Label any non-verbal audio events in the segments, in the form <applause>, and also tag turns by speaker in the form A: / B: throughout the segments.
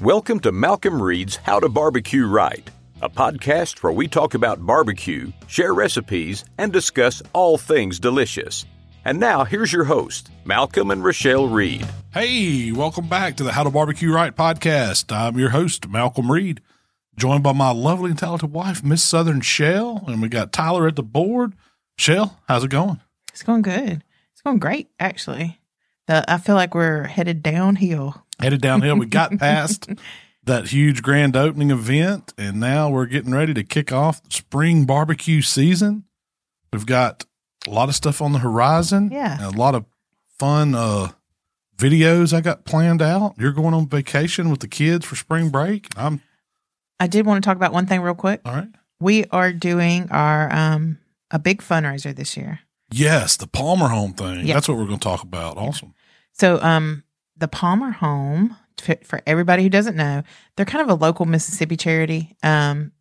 A: Welcome to Malcolm Reed's How to Barbecue Right, a podcast where we talk about barbecue, share recipes, and discuss all things delicious. And now here's your host, Malcolm and Rochelle Reed.
B: Hey, welcome back to the How to Barbecue Right podcast. I'm your host, Malcolm Reed, joined by my lovely and talented wife, Miss Southern Shell, and we got Tyler at the board. Shell, how's it going?
C: It's going good. It's going great, actually. The, I feel like we're headed downhill.
B: Headed downhill, we got past that huge grand opening event, and now we're getting ready to kick off spring barbecue season. We've got a lot of stuff on the horizon.
C: Yeah.
B: and a lot of fun uh, videos I got planned out. You're going on vacation with the kids for spring break. I'm
C: I did want to talk about one thing real quick.
B: all right.
C: We are doing our um a big fundraiser this year.
B: Yes, the Palmer Home thing.
C: Yeah.
B: That's what we're going to talk about. Awesome.
C: So um the Palmer Home t- for everybody who doesn't know, they're kind of a local Mississippi charity. Um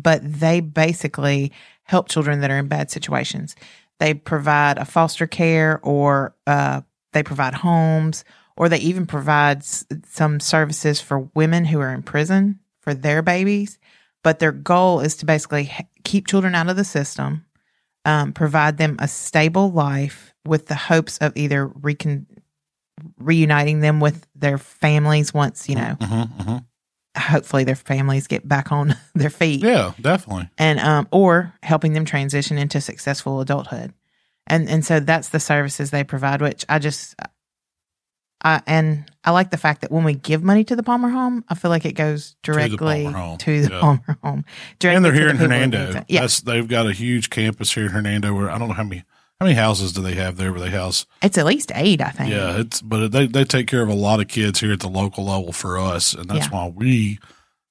C: but they basically help children that are in bad situations. They provide a foster care or uh they provide homes or they even provide s- some services for women who are in prison for their babies. But their goal is to basically h- keep children out of the system, um, provide them a stable life with the hopes of either recon- reuniting them with their families once, you know,
B: Mm-hmm, mm-hmm.
C: hopefully their families get back on <laughs> their feet
B: Yeah, definitely.
C: and um, or helping them transition into successful adulthood and and so that's the services they provide which i just I, and I like the fact that when we give money to the Palmer Home, I feel like it goes
B: Palmer
C: directly to the Palmer
B: Home.
C: Home.
B: Yeah.
C: directly
B: And they're
C: to
B: here
C: the
B: in
C: people who
B: Hernando.
C: need it. Yeah,
B: Yes, they've got a huge campus here in Hernando. Where I don't know how many how many houses do they have there, where they house.
C: it's at least eight, I think.
B: Yeah, it's but they they take care of a lot of kids here at the local level for us, and that's
C: Yeah.
B: why we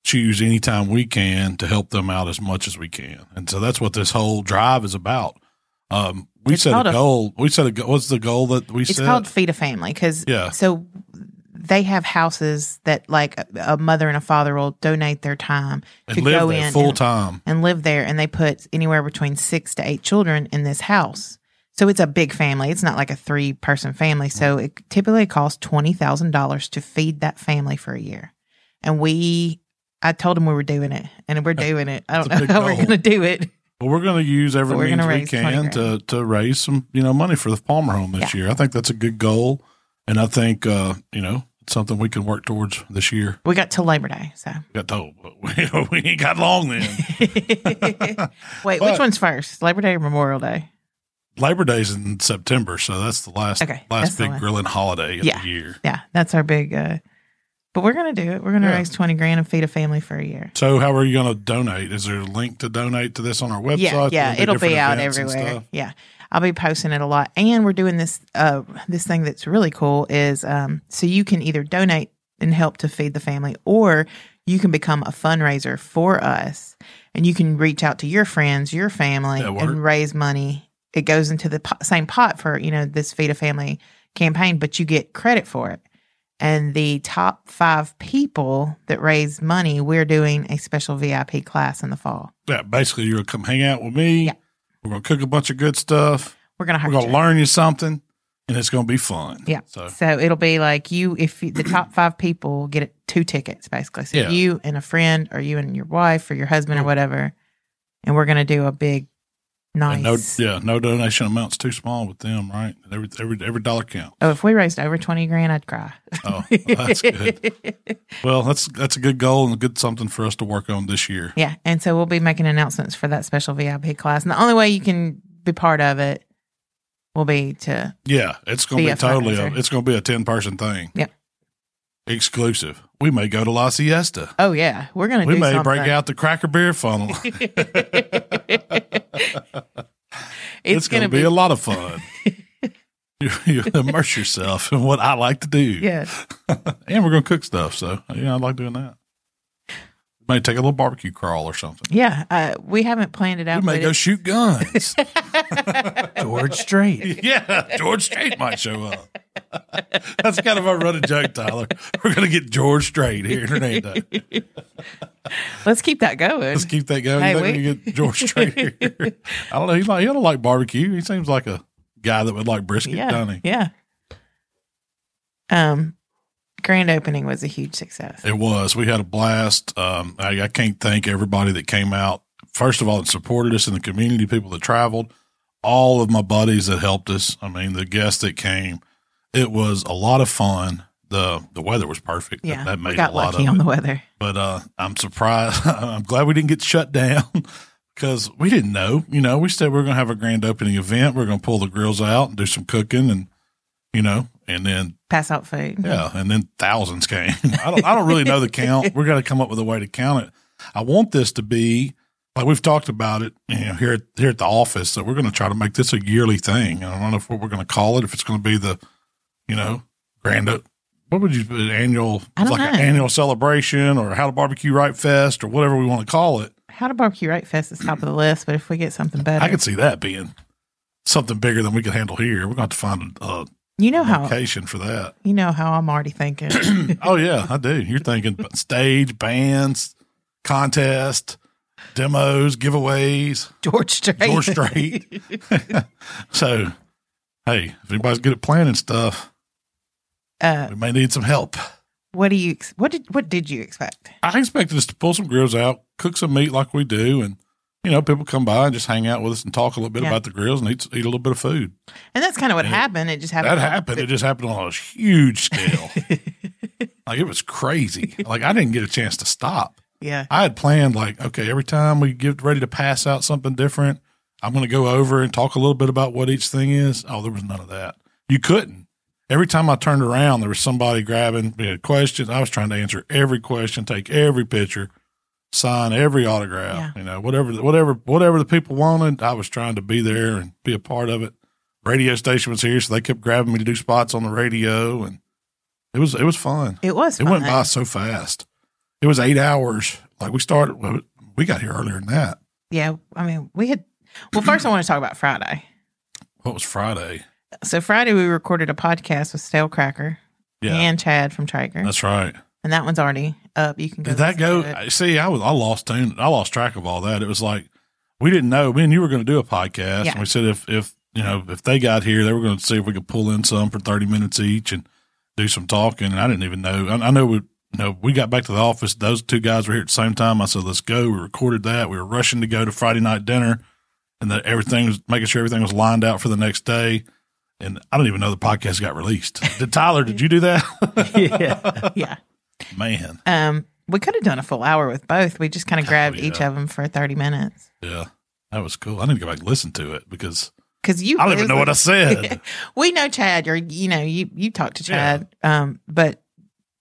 B: choose anytime we can to help them out as much as we can, and so that's what this whole drive is about. Um, we
C: It's
B: set
C: called
B: a
C: a-
B: goal. we set a goal. What's the goal that we
C: it's
B: set?
C: called Feed a Family because
B: Yeah.
C: so they have houses that like a- a mother and a father will donate their time
B: and
C: to
B: live
C: go
B: there
C: in
B: full
C: and-
B: time.
C: and live there and they put anywhere between six to eight children in this house so it's a big family it's not like a three person family so it typically costs $20000 to feed that family for a year and we i told them we were doing it and we're doing it i don't
B: It's a
C: know <laughs>
B: big
C: how we're
B: goal.
C: going to do it
B: Well, we're going to use every
C: we're
B: means
C: gonna
B: we
C: raise 20
B: can to, to raise some, you know, money for the Palmer Home this year. I think that's a good goal, and I think uh, you know it's something we can work towards this year.
C: we got to labor day so <laughs>
B: Got told, but <laughs> we, we ain't got long then.
C: wait
B: But-
C: which one's first labor day or memorial day
B: Labor Day's in September, so that's the last
C: Okay, that's
B: last
C: the
B: big
C: one.
B: grilling holiday of
C: Yeah.
B: the year.
C: yeah that's our big uh but we're going to do it we're going to
B: Yeah.
C: raise 20 grand and feed a family for a year
B: So, how are you going to donate? Is there a link to donate to this on our website?
C: Yeah, yeah,
B: There'll be
C: it'll be
B: different
C: out
B: events and
C: everywhere.
B: stuff.
C: Yeah, I'll be posting it a lot, and we're doing this uh this thing that's really cool is um so you can either donate and help to feed the family, or you can become a fundraiser for us, and you can reach out to your friends, your family,
B: That work?
C: and raise money. It goes into the po- same pot for you know this feed a family campaign, but you get credit for it. And the top five people that raise money, we're doing a special VIP class in the fall.
B: Yeah, basically, you're going to come hang out with me.
C: Yeah.
B: We're going to cook a bunch of good stuff.
C: We're gonna
B: We're
C: hire
B: going
C: you.
B: to learn you something, and it's going to be fun.
C: Yeah.
B: So,
C: So, it'll be like you, if you, the top five people get two tickets, basically. So
B: Yeah. Mm.
C: you and a friend, or you and your wife, or your husband, or whatever. And we're going to do a big,
B: and no,
C: nice.
B: yeah, no donation amounts too small with them, right? Every every every dollar count.
C: Oh, if we raised over 20 grand, I'd cry.
B: Oh,
C: <laughs>
B: that's good. Well, that's that's a good goal and a good something for us to work on this year.
C: yeah. And so we'll be making announcements for that special VIP class. And the only way you can be part of it will be to,
B: Yeah, it's going to
C: Be
B: be,
C: a
B: totally. A,
C: fundraiser.
B: it's going to be a ten person thing.
C: Yep.
B: Exclusive. We may go to La Siesta.
C: oh, yeah, we're going to
B: We
C: do
B: may
C: something.
B: break out the cracker beer
C: <laughs>
B: funnel.
C: It's,
B: it's going to be, a lot of
C: <laughs>
B: fun. you, you immerse yourself in what I like to do.
C: yeah.
B: <laughs> And we're going to cook stuff. So, yeah, I like doing that. May take a little barbecue crawl or something.
C: Yeah. Uh, we haven't planned it out.
B: We may
C: but
B: go
C: it-
B: shoot
C: <laughs>
B: guns.
D: George Strait.
B: yeah, George Strait might show up. That's kind of our running joke, Tyler. We're going to get George Strait here in Hernando.
C: let's keep that going.
B: Let's keep that going.
C: Hey,
B: You think
C: we-
B: we can get George Strait here. I don't know. He's like he don't like barbecue. He seems like a guy that would like brisket,
C: yeah,
B: doesn't he?
C: yeah. Um, grand opening was a huge success.
B: It was. We had a blast. Um, I, I can't thank everybody that came out. First of all, that supported us in the community, people that traveled, all of my buddies that helped us. I mean, the guests that came. It was a lot of fun. the The weather was perfect.
C: Yeah,
B: that
C: we
B: made
C: got
B: a lot
C: lucky
B: of
C: on
B: it.
C: the weather.
B: <laughs> But uh, I'm surprised. <laughs> I'm glad we didn't get shut down <laughs> because we didn't know. You know, we said we are going to have a grand opening event. We are going to pull the grills out and do some cooking, and you know, and then
C: Pass out food.
B: yeah, and then thousands came. I don't, I don't really know the count. We're going to come up with a way to count it. I want this to be like we've talked about it you know, here at, here at the office that we're going to try to make this a yearly thing. I don't know if what we're going to call it. If it's going to be the, you know, grand o- what would you annual
C: I don't
B: like an
C: know.
B: annual celebration or how to barbecue right fest or whatever we want to call it.
C: How to barbecue right fest is top of the list, but if we get something better,
B: I could see that being something bigger than we can handle here. We're going to have to find a,
C: you know
B: a
C: how
B: location for that.
C: you know how I'm already thinking.
B: <clears throat> oh yeah, I do. You're thinking b- stage, bands, contest, demos, giveaways,
C: George Strait.
B: George Strait. <laughs> so, hey, if anybody's good at planning stuff,
C: Uh,
B: we may need some help.
C: what do you? ex- What did? What did you expect?
B: I expected us to pull some grills out, cook some meat like we do, and you know, people come by and just hang out with us and talk a little bit
C: Yeah.
B: about the grills and eat, eat a little bit of food.
C: And that's kind of what
B: Yeah.
C: happened. It just
B: That
C: happened.
B: happened. It just happened on a huge scale. like it was crazy. Like I didn't get a chance to stop.
C: Yeah.
B: I had planned like, okay, every time we get ready to pass out something different, I'm going to go over and talk a little bit about what each thing is. Oh, there was none of that. You couldn't. Every time I turned around, there was somebody grabbing we had questions. I was trying to answer every question, take every picture, sign every autograph. You know, whatever, whatever, whatever the people wanted, I was trying to be there and be a part of it. Radio station was here, so they kept grabbing me to do spots on the radio, and it was it was fun.
C: It was.
B: It went
C: fun.
B: by so fast. It was eight hours. Like we started, well, we got here earlier than that.
C: Yeah. I mean, we had. Well, first I want to talk about Friday.
B: What was Friday?
C: So Friday we recorded a podcast with Stale Cracker
B: Yeah,
C: and Chad from Traeger,
B: that's right.
C: and that one's already up. You can go
B: Did that
C: listen
B: go?
C: to it.
B: I- See, I was I lost tune. I lost track of all that. It was like we didn't know. Me and you were going to do a podcast,
C: Yeah.
B: and we said if if you know if they got here, they were going to see if we could pull in some for thirty minutes each and do some talking. And I didn't even know. I, I know we. You know, we got back to the office. Those two guys were here at the same time. I said, "Let's go." We recorded that. We were rushing to go to Friday night dinner, and that everything was making sure everything was lined out for the next day. And I don't even know the podcast got released. Did Tyler? did you do that?
D: yeah.
C: <laughs> Yeah.
B: Man,
C: Um, we could have done a full hour with both. We just kind of grabbed each
B: Oh, yeah.
C: of them for thirty minutes
B: Yeah, that was cool. I need to go back and listen to it because
C: because you.
B: I don't even
C: it was
B: know what I
C: like- <laughs>
B: said.
C: we know Chad. Or you know you you talk to
B: Yeah.
C: Chad. Um, but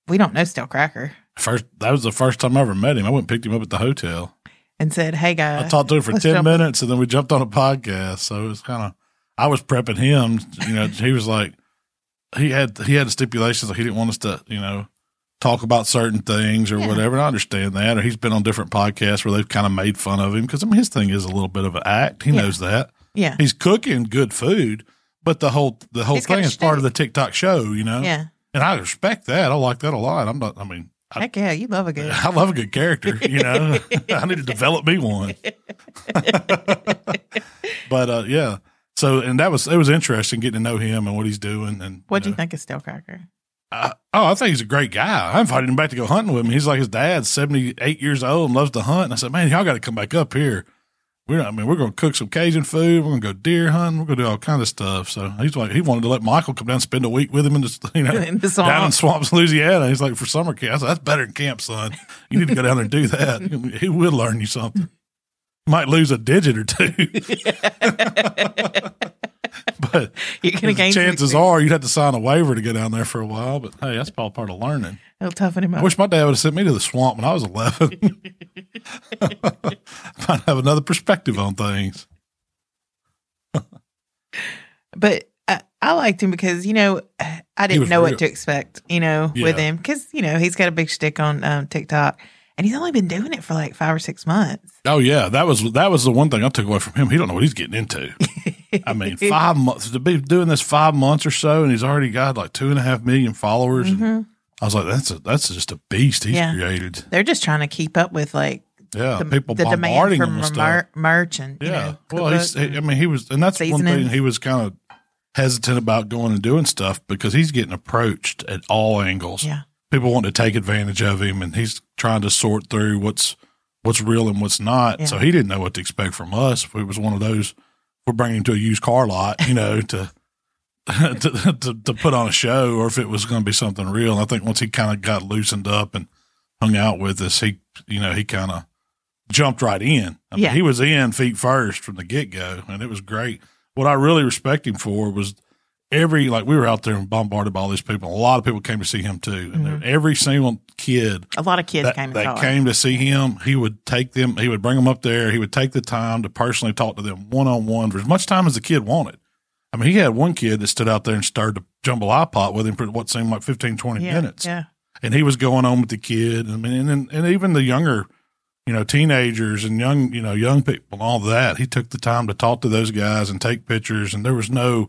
C: we don't know Stale Cracker.
B: First, that was the first time I ever met him. I went and picked him up at the hotel.
C: And said, "Hey
B: I
C: guys,
B: talked to him for
C: Uh, let's
B: ten
C: jump-
B: minutes, and then we jumped on a podcast. So it was kind of I was prepping him. You know, he was like he had he had stipulations like he didn't want us to you know talk about certain things or
C: Yeah.
B: whatever. And I understand that. Or he's been on different podcasts where they've kind of made fun of him because I mean his thing is a little bit of an act. He
C: Yeah.
B: knows that.
C: yeah,
B: He's cooking good food, but the whole the whole
C: He's got
B: thing
C: a
B: is part of the
C: shtick.
B: TikTok show. You know,
C: yeah,
B: And I respect that. I like that a lot. I'm not, I mean, I, <laughs>
C: heck yeah, you love a good."
B: I love a good character, you know, <laughs> I need to develop me one. <laughs> but, uh, yeah. So, and that was, it was interesting getting to know him and what he's doing. And
C: What do you
B: know,
C: think of Stale Cracker?
B: I, oh, I think he's a great guy. I invited him back to go hunting with me. He's like his dad's 78 years old and loves to hunt. And I said, man, y'all got to come back up here. We're, I mean, we're going to cook some Cajun food. We're going to go deer hunting. We're going to do all kind of stuff. So he's like, he wanted to let Michael come down and spend a week with him in the, <laughs> you know,
C: <laughs> In the song.
B: down in swamps, Louisiana. He's like, for summer camp. I said, that's better than camp, son. You need to go down there and do that. He will learn you something. Might lose a digit or
C: <laughs>
B: two, but
C: You're gonna gain some
B: chances
C: experience.
B: are you'd have to sign a waiver to go down there for a while. But hey, that's all part of learning.
C: It'll toughen him
B: I
C: up.
B: wish my dad would have sent me to the swamp when I was 11. <laughs> Might have another perspective on things.
C: but I, I liked him because you know I didn't
B: was
C: know
B: real.
C: what to expect. You know, with
B: Yeah.
C: him because you know he's got a big stick on um, TikTok, and he's only been doing it for like five or six months.
B: Oh yeah, that was that was the one thing I took away from him. He don't know what he's getting
C: <laughs>
B: into. I mean, five months to be doing this five months or so, and he's already got like two and a half million followers. And
C: Mhm.
B: I was like, that's a, that's just a beast he's
C: Yeah.
B: created.
C: They're just trying to keep up with like
B: Yeah,
C: the,
B: Uh, people
C: the demand
B: bombarding
C: for
B: him with stuff.
C: mer- merch and you
B: Yeah.
C: know,
B: well, he's,
C: cookbooks
B: I
C: and-
B: mean, he was, and that's one thing
C: Seasonings.
B: he was kind of hesitant about going and doing stuff because he's getting approached at all angles.
C: yeah,
B: people want to take advantage of him, and he's trying to sort through what's what's real and what's not.
C: Yeah.
B: So he didn't know what to expect from us. If it was one of those, we're bringing him to a used car lot, you know, to. <laughs> to, to to put on a show, or if it was going to be something real, And I think once he kind of got loosened up and hung out with us, he you know he kind of jumped right in. I mean,
C: Yeah.
B: he was in feet first from the get go, and it was great. What I really respect him for was every like we were out there and bombarded by all these people. A lot of people came to see him too, and
C: Mhm.
B: every single kid
C: A lot of kids
B: that,
C: came and
B: that
C: saw it.
B: came to see him, he would take them. He would bring them up there. He would take the time to personally talk to them one on one for as much time as the kid wanted. I mean, he had one kid that stood out there and started to jumble pot with him for what seemed like 15, 20
C: yeah,
B: minutes
C: Yeah.
B: and he was going on with the kid. I mean, and and, and even the younger, you know, teenagers and young, you know, young people and all that. He took the time to talk to those guys and take pictures, and there was no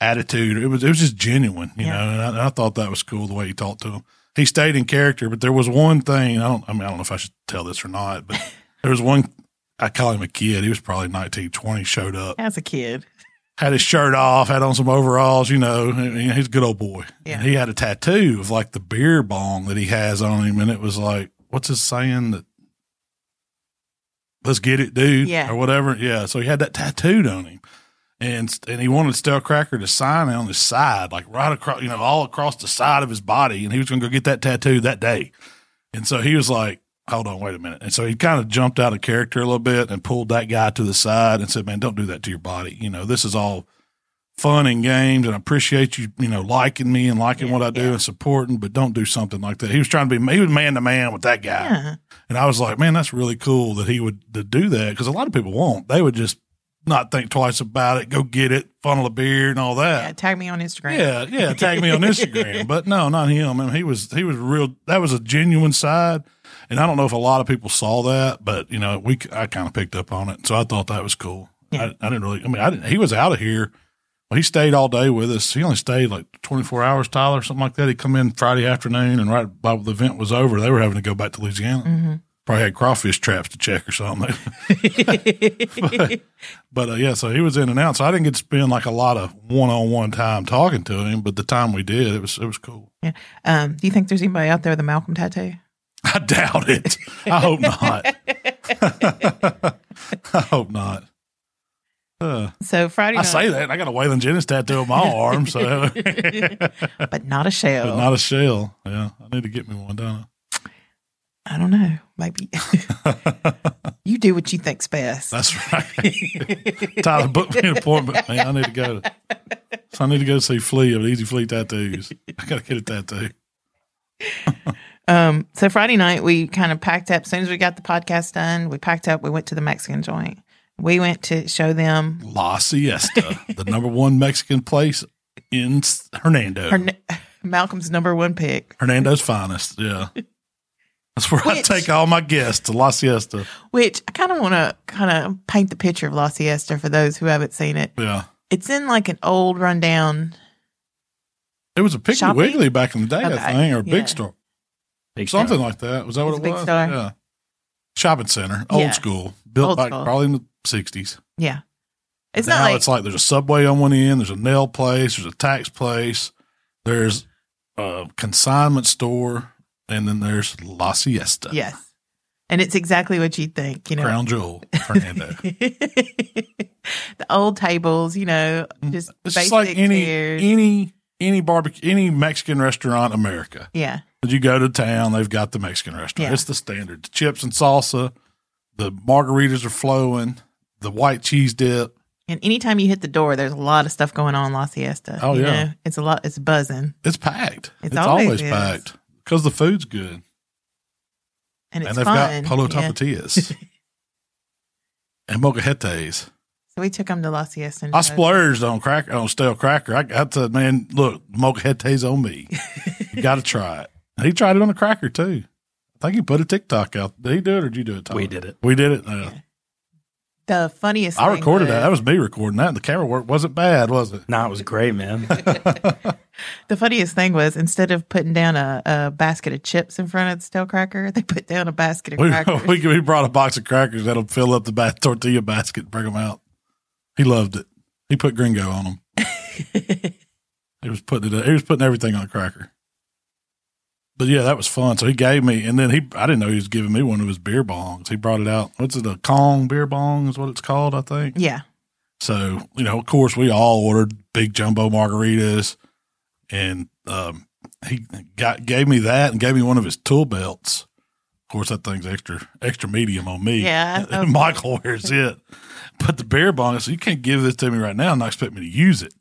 B: attitude. It was it was just genuine, you
C: Yeah.
B: know. And I, and I thought that was cool the way he talked to him. He stayed in character, but there was one thing. I don't. I mean, I don't know if I should tell this or not, but <laughs> there was one. I call him a kid. He was probably nineteen, twenty. Showed up
C: As a kid.
B: had his shirt off, had on some overalls, you know, and, you know, he's a good old boy.
C: Yeah.
B: And he had a tattoo of like the beer bong that he has on him. And it was like, what's his saying that let's get it, dude,
C: Yeah.
B: or whatever. Yeah. So he had that tattooed on him and, and he wanted Stell Cracker to sign it on his side, like right across, you know, all across the side of his body. And he was going to go get that tattoo that day. And so he was like, hold on, wait a minute. And so he kind of jumped out of character a little bit and pulled that guy to the side and said, man, don't do that to your body. You know, this is all fun and games and I appreciate you, you know, liking me and liking
C: Yeah,
B: what I do
C: yeah.
B: and supporting, but don't do something like that. He was trying to be, he was man to man with that guy.
C: Yeah.
B: And I was like, man, that's really cool that he would to do that because a lot of people won't. They would just not think twice about it, go get it, funnel a beer and all
C: yeah.
B: that.
C: Tag me on Instagram.
B: Yeah, yeah. Tag me on
C: <laughs>
B: Instagram, but no, not him. I mean, he was he was real. That was a genuine side, and I don't know if a lot of people saw that, but you know, we I kind of picked up on it, so I thought that was cool.
C: Yeah.
B: I, I didn't really. I mean, I didn't. He was out of here. Well, he stayed all day with us. He only stayed like twenty four hours, Tyler, something like that. He come in Friday afternoon, and right by the event was over, they were having to go back to Louisiana
C: Mhm.
B: probably had crawfish traps to check or something. <laughs> but uh, yeah, so he was in and out. So I didn't get to spend like a lot of one on one time talking to him, but the time we did, it was it was cool. <laughs>
C: um, do you think there's anybody out there with a Malcolm tattoo?
B: I doubt it. I hope not. <laughs> I hope not. Uh,
C: So Friday
B: I
C: night,
B: say that and I got a Waylon Jennings tattoo on my arm, so
C: but not a shell.
B: but not a shell. Yeah, I need to get me one, don't
C: I don't know.
B: <laughs>
C: Maybe <laughs>
B: I?
C: you do what you think's best.
B: That's right. <laughs> Tyler, book me an appointment, man. I need to go. To, so I need to go see Flea of Easy Flea Tattoos. I gotta get a tattoo.
C: Um, so Friday night we kind of packed up. As soon as we got the podcast done, we packed up. We went to the Mexican joint. We went to show them.
B: La Siesta, the number one Mexican place in S- Hernando.
C: Her, <laughs> Malcolm's number one pick,
B: Hernando's finest. Yeah, that's where I
C: Which-
B: take all my guests to La Siesta.
C: which I kind of want to kind of paint the picture of La Siesta for those who haven't seen it.
B: Yeah,
C: It's in like an old rundown.
B: it was a Piggly
C: Shopping?
B: Wiggly back in the day, I
C: Okay,
B: think, or a
C: yeah.
B: Big Store,
D: Big
B: something
D: time.
B: like that. Was that
C: It's
B: what it
C: a Big
B: was?
C: Star.
B: Yeah, shopping center, old
C: Yeah.
B: school, built
C: Old
B: back
C: school.
B: probably in the sixties.
C: Yeah, it's
B: now
C: not like,
B: it's like there's a subway on one end, there's a nail place, there's a tax place, there's a consignment store, and then there's La Siesta.
C: yes, and it's exactly what you'd think. You know,
B: Crown Jewel, Fernando.
C: <laughs> the old tables. You know, just
B: Mm, it's
C: basic
B: just like any
C: chairs.
B: any any barbecue any Mexican restaurant in America.
C: yeah,
B: When you go to town, they've got the Mexican restaurant.
C: Yeah.
B: It's the standard. The chips and salsa, the margaritas are flowing, the white cheese dip.
C: And anytime you hit the door, there's a lot of stuff going on in La Siesta.
B: Oh,
C: you
B: yeah.
C: know? it's a lot. It's buzzing,
B: It's packed.
C: It's
B: It's,
C: always
B: always,
C: is.
B: packed. Because the food's good.
C: and it's
B: and they've
C: fun.
B: got polo
C: Yeah. <laughs>
B: tapatillas and mocajetes.
C: So we took them to La Siesta. and
B: I
C: showed-
B: splurged on cracker on stale cracker. I got to man, look, mocajetes on me. you got to try it. He tried it on a cracker too. I think he put a TikTok out. Did he do it or did you do it? Tyler?
D: We did it.
B: We did it. Yeah.
C: the funniest.
B: I
C: thing
B: recorded
C: was,
B: that. That was me recording that. The camera work wasn't bad, was it?
D: Nah, it was great, man.
B: <laughs>
C: The funniest thing was instead of putting down a, a basket of chips in front of the stale cracker, <laughs> they put down a basket of
B: We, <laughs>
C: crackers.
B: we we brought a box of crackers that'll fill up the ba- tortilla basket. And bring them out. He loved it. He put Gringo on
C: <laughs>
B: them. he was putting it. He was putting everything on a cracker. But yeah, that was fun. So he gave me, and then he, I didn't know he was giving me one of his beer bongs. He brought it out. What's it, a Kong beer bong is what it's called, I think.
C: Yeah.
B: So, you know, of course, we all ordered big jumbo margaritas. And um, he got gave me that and gave me one of his tool belts. Of course, that thing's extra extra medium on me. <laughs>
C: Yeah, okay.
B: Michael wears it. But the beer bong, so you can't give this to me right now and not expect me to use it.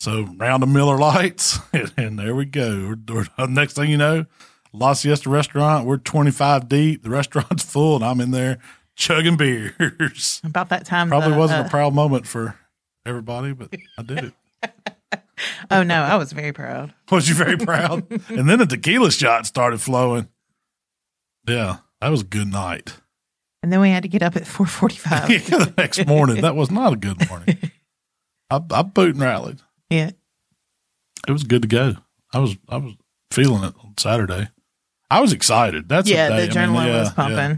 B: So round of Miller Lights, <laughs> and, and there we go. We're- we're- next thing you know, La Siesta restaurant. We're twenty five deep. The restaurant's <laughs> full, and I'm in there chugging beers.
C: About that time.
B: Probably
C: the,
B: wasn't
C: uh,
B: a proud moment for everybody, but I did it. <laughs>
C: oh, no. I was very proud.
B: Was you very proud? and then the tequila shot started flowing. Yeah, that was a good night.
C: And then we had to get up
B: <laughs>
C: at 445.
B: the next morning, that was not a good morning. I, I boot and rallied.
C: yeah.
B: It was good to go. I was I was feeling it on Saturday. I was excited. That's
C: yeah.
B: the, day.
C: The adrenaline
B: I mean, yeah,
C: was pumping.
B: yeah.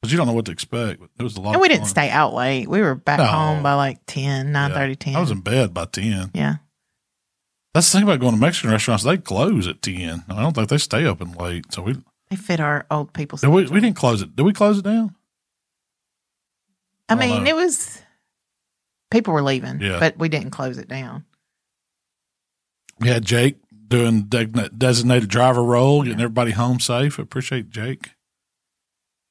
B: 'Cause you don't know what to expect. But it was a lot.
C: And we
B: of
C: didn't
B: fun.
C: stay out late. We were back
B: No.
C: home by like 10, 9 10.
B: I was in bed by ten.
C: yeah.
B: That's the thing about going to Mexican restaurants; they close at ten. I don't think they stay open late. So we
C: They fit our old people's.
B: did we, we didn't close it. Did we close it down?
C: I
B: I don't
C: mean,
B: know.
C: it was people were leaving,
B: Yeah.
C: but we didn't close it down.
B: We had Jake doing de- designated driver role, getting everybody home safe. I appreciate Jake.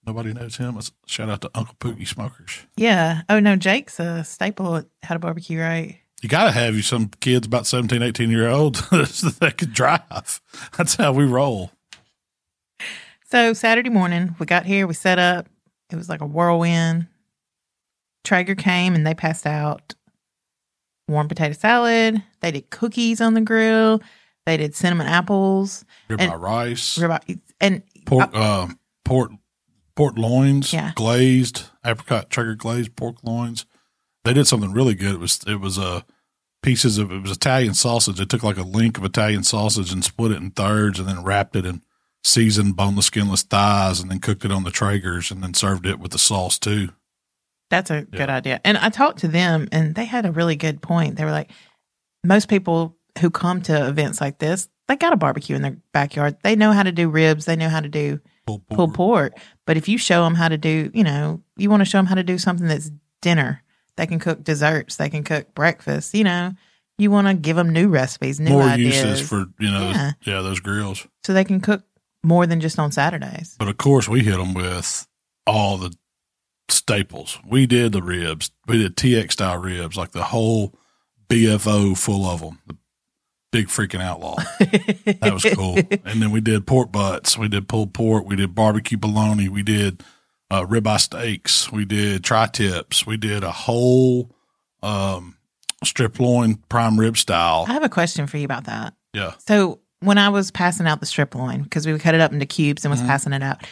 B: Nobody knows him. It's- Shout out to Uncle Pookie Smokers.
C: Yeah. Oh no, Jake's a staple at How to Barbecue, right?
B: You got to have you some kids about 17, 18 year olds <laughs> that could drive. That's how we roll.
C: So Saturday morning, we got here, we set up. It was like a whirlwind. Traeger came and they passed out warm potato salad. They did cookies on the grill. They did cinnamon apples,
B: Ribeye
C: And-
B: rice,
C: ribeye, and
B: pork, uh, pork, pork loins,
C: Yeah.
B: glazed apricot trigger glazed pork loins. They did something really good. It was it was uh, pieces of it was Italian sausage. They took like a link of Italian sausage and split it in thirds, and then wrapped it in seasoned boneless, skinless thighs, and then cooked it on the Traegers, and then served it with the sauce too.
C: That's a good idea. And I talked to them and they had a really good point. They were like, most people who come to events like this, they got a barbecue in their backyard. They know how to do ribs, they know how to do
B: Pulled pork.
C: pulled pork. But if you show them how to do, you know, you want to show them how to do something that's dinner, they can cook desserts, they can cook breakfast, you know, you want to give them new recipes, new
B: More
C: ideas.
B: uses for you know
C: Yeah.
B: yeah those grills.
C: so they can cook more than just on Saturdays.
B: But of course, we hit them with all the staples. We did the ribs. We did TX style ribs, like the whole BFO full of them. The big freaking outlaw. That
C: <laughs>
B: was cool. and then we did pork butts. We did pulled pork. We did barbecue bologna. We did uh, ribeye steaks. We did tri tips. We did a whole um, strip loin prime rib style.
C: I have a question for you about that.
B: Yeah.
C: So when I was passing out the strip loin, because we would cut it up into cubes
B: Mm-hmm.
C: and was passing it out,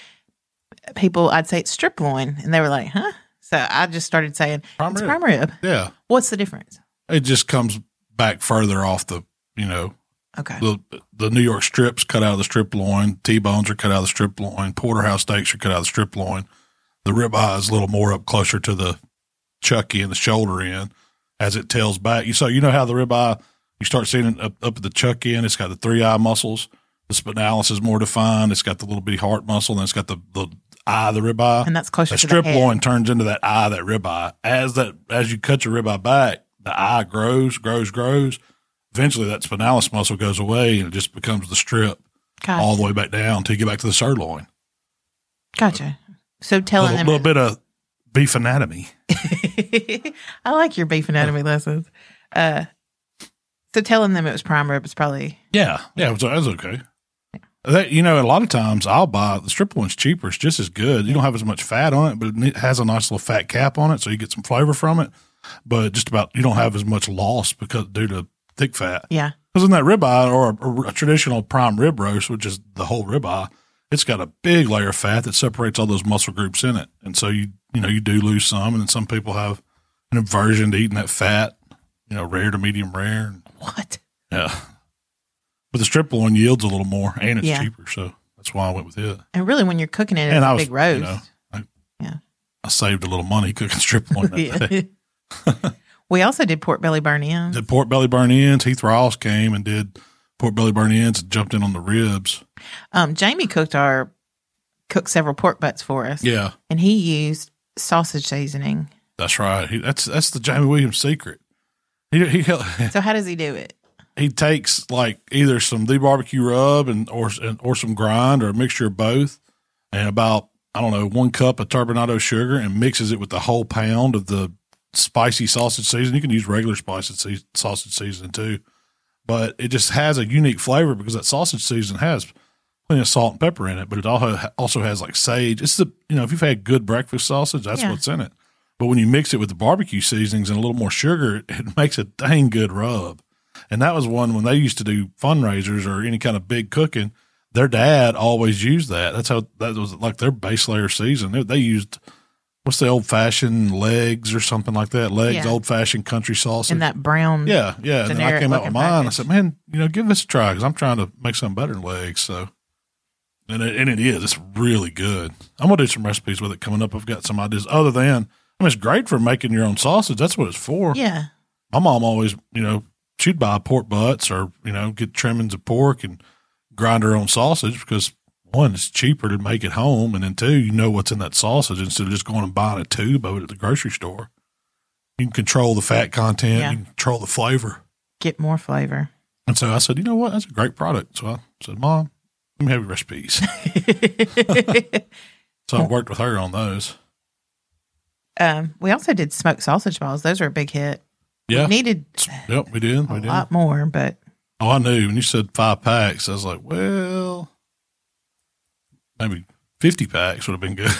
C: people I'd say it's strip loin, and they were like, "Huh?" So I just started saying
B: Prime
C: it's
B: rib.
C: prime rib.
B: Yeah.
C: What's the difference?
B: It just comes back further off the, you know,
C: Okay,
B: the the New York strips cut out of the strip loin, T bones are cut out of the strip loin, porterhouse steaks are cut out of the strip loin. The ribeye is a little more up closer to the chucky and the shoulder end as it tails back. You so you know how the ribeye you start seeing it up up at the chucky end, it's got the three eye muscles. The spinalis is more defined. It's got the little bitty heart muscle, and it's got the, the eye of the ribeye.
C: and that's closer
B: The
C: to
B: strip
C: the head.
B: loin turns into that eye, of that ribeye. As that as you cut your ribeye back, the eye grows, grows, grows. Eventually, that spinalis muscle goes away, and it just becomes the strip
C: Gotcha.
B: all the way back down till you get back to the sirloin.
C: gotcha. So
B: A
C: telling
B: little,
C: them,
B: little bit of beef anatomy.
C: <laughs> I like your beef anatomy lessons. Uh, so telling them it was prime rib is probably
B: Yeah, yeah, so that's okay. That, you know, a lot of times I'll buy the strip loin's cheaper. It's just as good. You don't have as much fat on it, but it has a nice little fat cap on it, so you get some flavor from it. But just about you don't have as much loss because due to thick fat.
C: yeah.
B: Because in that ribeye or a, a traditional prime rib roast, which is the whole ribeye, it's got a big layer of fat that separates all those muscle groups in it, and so you you know you do lose some, and then some people have an aversion to eating that fat, you know, rare to medium rare.
C: What?
B: Yeah, but the strip loin yields a little more, and it's
C: Yeah.
B: cheaper, so that's why I went with it.
C: And really, when you're cooking it, it's
B: and
C: a
B: I was
C: big roast.
B: you know, I,
C: Yeah.
B: I saved a little money cooking <laughs> strip loin. That day.
C: <laughs> Yeah. <laughs> we also did pork belly burn in.
B: the pork belly burn ends. Heath Ross came and did Pork belly Bernie Ann's jumped in on the ribs.
C: Um, Jamie cooked our cooked several pork butts for us,
B: Yeah,
C: and he used sausage seasoning.
B: that's right. He, that's that's the Jamie Williams secret. He he <laughs>
C: So how does he do it?
B: he takes like either some the barbecue rub and or and, or some grind or a mixture of both, and about I don't know one cup of turbinado sugar and mixes it with the whole pound of the spicy sausage season. You can use regular spicy se- sausage seasoning too, but it just has a unique flavor because that sausage season has plenty of salt and pepper in it, but it also also has like sage. It's the you know if you've had good breakfast sausage, that's
C: Yeah.
B: what's in it. But when you mix it with the barbecue seasonings and a little more sugar, it <laughs> makes a dang good rub. And that was one when they used to do fundraisers or any kind of big cooking. Their dad always used that. That's how that was like their base layer season. They, they used what's the old fashioned legs or something like that. Legs,
C: Yeah.
B: old fashioned country sausage.
C: And that brown,
B: yeah, yeah. And then I
C: generic
B: came out with
C: looking
B: mine. I
C: package.
B: said, man, you know, give this a try because I'm trying to make something better than legs. So, and it, and it is. It's really good. I'm gonna do some recipes with it coming up. I've got some ideas other than. I mean, it's great for making your own sausage. That's what it's for
C: yeah,
B: my mom always, you know, she'd buy pork butts or, you know, get trimmings of pork and grind her own sausage because one, it's cheaper to make at home. And then two, you know what's in that sausage instead of just going and buying a tube of it at the grocery store. You can control the fat content,
C: Yeah.
B: you can control the flavor.
C: get more flavor.
B: And so I said, you know what? That's a great product. So I said, Mom, let me have your recipes. so I worked with her on those.
C: um, we also did smoked sausage balls. Those are a big hit.
B: Yeah.
C: Needed
B: Yep, we did.
C: a
B: We did.
C: lot more, but
B: Oh, I knew when you said five packs, I was like, well, maybe 50 packs would have been good.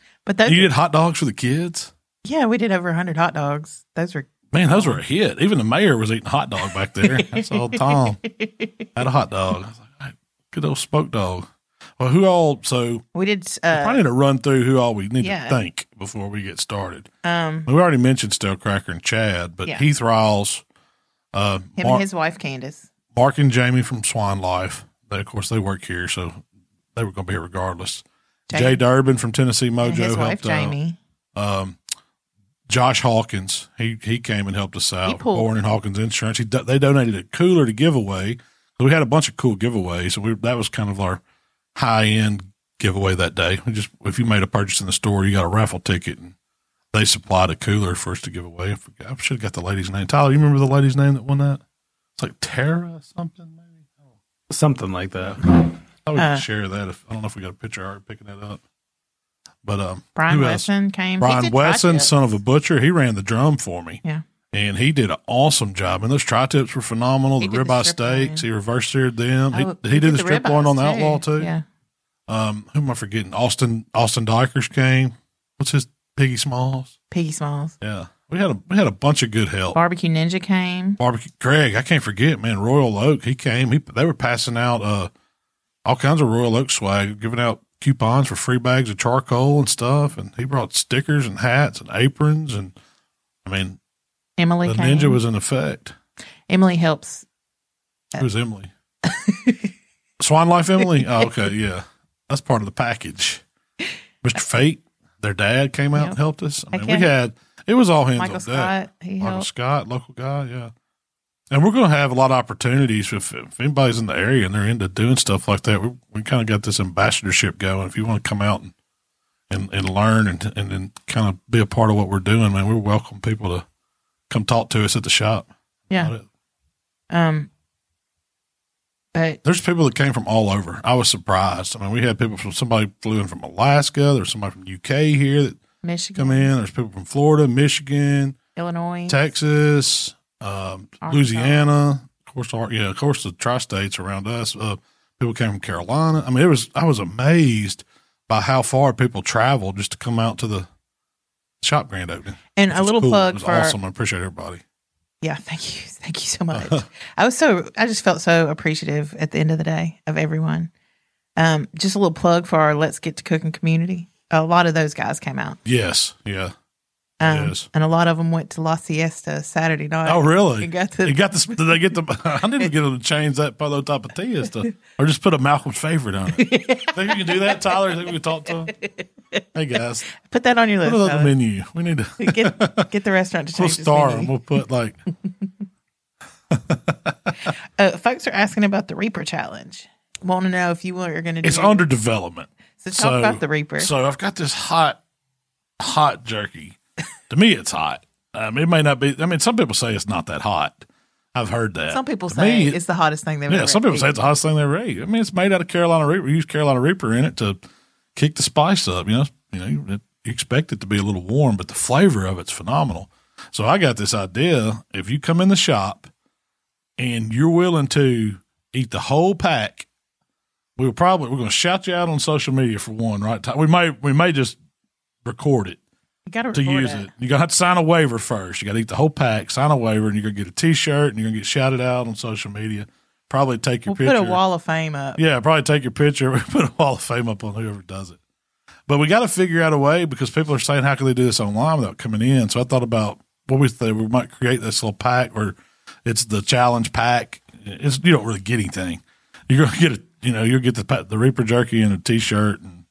B: <laughs>
C: but those,
B: you did hot dogs for the kids?
C: yeah, we did over hundred hot dogs. Those were
B: Man, those were a hit. Even the mayor was eating hot dog back there. I saw
C: <laughs>
B: Tom had a hot dog. I was like, "Hey, good old smoked dog. Well, who all? So
C: we did.
B: I probably
C: Uh,
B: need to run through who all we need
C: yeah.
B: to thank before we get started.
C: um,
B: We already mentioned Stale Cracker and Chad, but
C: Yeah.
B: Heath Riles, uh,
C: him
B: Mark-
C: and his wife Candace.
B: Mark and Jamie from Swine Life. They, of course, they work here, so they were going to be here regardless.
C: Jamie.
B: Jay Durbin from Tennessee Mojo
C: and his wife
B: Oh, helped uh,
C: Jamie.
B: out. Um, Josh Hawkins, he he came and helped us out.
C: pulled-
B: Born and Hawkins Insurance. He, do- they donated a cooler to giveaway. So we had a bunch of cool giveaways, and we, that was kind of our high end giveaway that day. We just if you made a purchase in the store, you got a raffle ticket, and they supplied a cooler for us to give away. I, forgot, I should have got the lady's name. Tyler, you remember the lady's name that won that? It's like Tara or something. Maybe?
D: Something like that.
B: I would
C: Uh,
B: share that if I don't know if we got a picture art picking that up. But um,
C: Brian
B: who else?
C: Wesson came. He
B: Brian
C: did tri-tip.
B: Wesson, son of a butcher, he ran the drum for me,
C: Yeah,
B: and he did an awesome job. And those tri tips were phenomenal.
C: He
B: the
C: did the
B: ribeye
C: strip
B: steaks, he reverse seared them.
C: Oh,
B: he, he, did, the strip loin
C: ribeyes
B: on the outlaw too.
C: Yeah,
B: Um, who am I forgetting? Austin Austin Dykers came. What's his Piggy Smalls?
C: Piggy Smalls,
B: Yeah, we had a we had a bunch of good help.
C: Barbecue Ninja came.
B: barbecue. Craig, I can't forget, man. Royal Oak, he came. He they were passing out uh all kinds of Royal Oak swag, giving out coupons for free bags of charcoal and stuff. And he brought stickers and hats and aprons. And I mean,
C: Emily
B: the
C: came.
B: ninja was in effect.
C: Emily helps.
B: Who's
C: <laughs>
B: Emily? Swan Life Emily. Oh, okay, yeah, that's part of the package. Mister Fate, their dad came out
C: Yep.
B: and helped us. I
C: I
B: mean, we
C: can't-
B: had it was all hands
C: Michael
B: on deck.
C: Scott. He
B: Michael
C: helped.
B: Scott, local guy, yeah. And we're going to have a lot of opportunities if, if anybody's in the area and they're into doing stuff like that. We, we kind of got this ambassadorship going. If you want to come out and and, and learn and and, and kind of be a part of what we're doing, man, we welcome people to come talk to us at the shop. uh,
C: Yeah. Um. But
B: There's people that came from all over. I was surprised. I mean, we had people from somebody flew in from Alaska. There's somebody from UK here that
C: Michigan,
B: come in. There's people from Florida, Michigan,
C: Illinois,
B: Texas, um,
C: Arkansas.
B: Louisiana, of course, our, yeah, of course, the tri-states around us. Uh, people came from Carolina. I mean, it was I was amazed by how far people traveled just to come out to the shop grand opening.
C: and
B: which
C: a
B: was
C: little
B: cool. It
C: plug
B: was
C: for our-
B: awesome. I appreciate everybody.
C: Yeah, thank you. <laughs> Thank
B: <laughs>
C: you so much. I was so I just felt so appreciative at the end of the day of everyone. Um, just a little plug for our Let's Get to Cooking community. A lot of those guys came out.
B: Yes, yeah.
C: Um,
B: Yes.
C: and a lot of them went to La Siesta Saturday night.
B: Oh, really?
C: You got the-
B: You got the. Did they get the? <laughs> I need to get them to change that Polo Tapatillas to, or just put a Malcolm's favorite on
C: <laughs>
B: it. Think we can do that, Tyler? Think we can talk to him? Hey
C: <laughs>
B: guys,
C: Put that on your
B: put it on the
C: list.
B: menu. We need to. <laughs>
C: Tyler. Get get the restaurant to
B: We'll
C: change this
B: star
C: menu.
B: him. We'll put like
C: Uh, folks are asking about the Reaper challenge. Want to know if you are going to do
B: It's under development.
C: <laughs> So talk about the Reaper.
B: So I've got this hot, hot jerky. to me, it's hot. Um, it may not be. I mean, some people say it's not that hot. I've heard that.
C: some people
B: To
C: say
B: me,
C: it's the hottest thing they've
B: Yeah,
C: ever
B: some people say
C: eaten.
B: it's the hottest thing they ever ate. I mean, it's made out of Carolina Reaper. We use Carolina Reaper in it to kick the spice up. You know, you know, you you expect it to be a little warm, but the flavor of it's phenomenal. So I got this idea: if you come in the shop and you're willing to eat the whole pack, we will probably we're going to shout you out on social media for one. Right? Ty? We may we may just record it
C: You gotta
B: to
C: record
B: use it. You're gonna have to sign a waiver first. You gotta eat the whole pack, sign a waiver, and you're gonna get a T-shirt, and you're gonna get shouted out on social media. Probably take your
C: We'll
B: picture.
C: put a wall of fame
B: <laughs>
C: up.
B: Yeah, probably take your picture. We <laughs> put a wall of fame up on whoever does it. But we got to figure out a way because people are saying, how can they do this online without coming in? So I thought about what we thought we might create this little pack where it's the challenge pack. It's you don't really get anything. You're gonna get a you know you'll get the pa- the Reaper jerky and a T-shirt and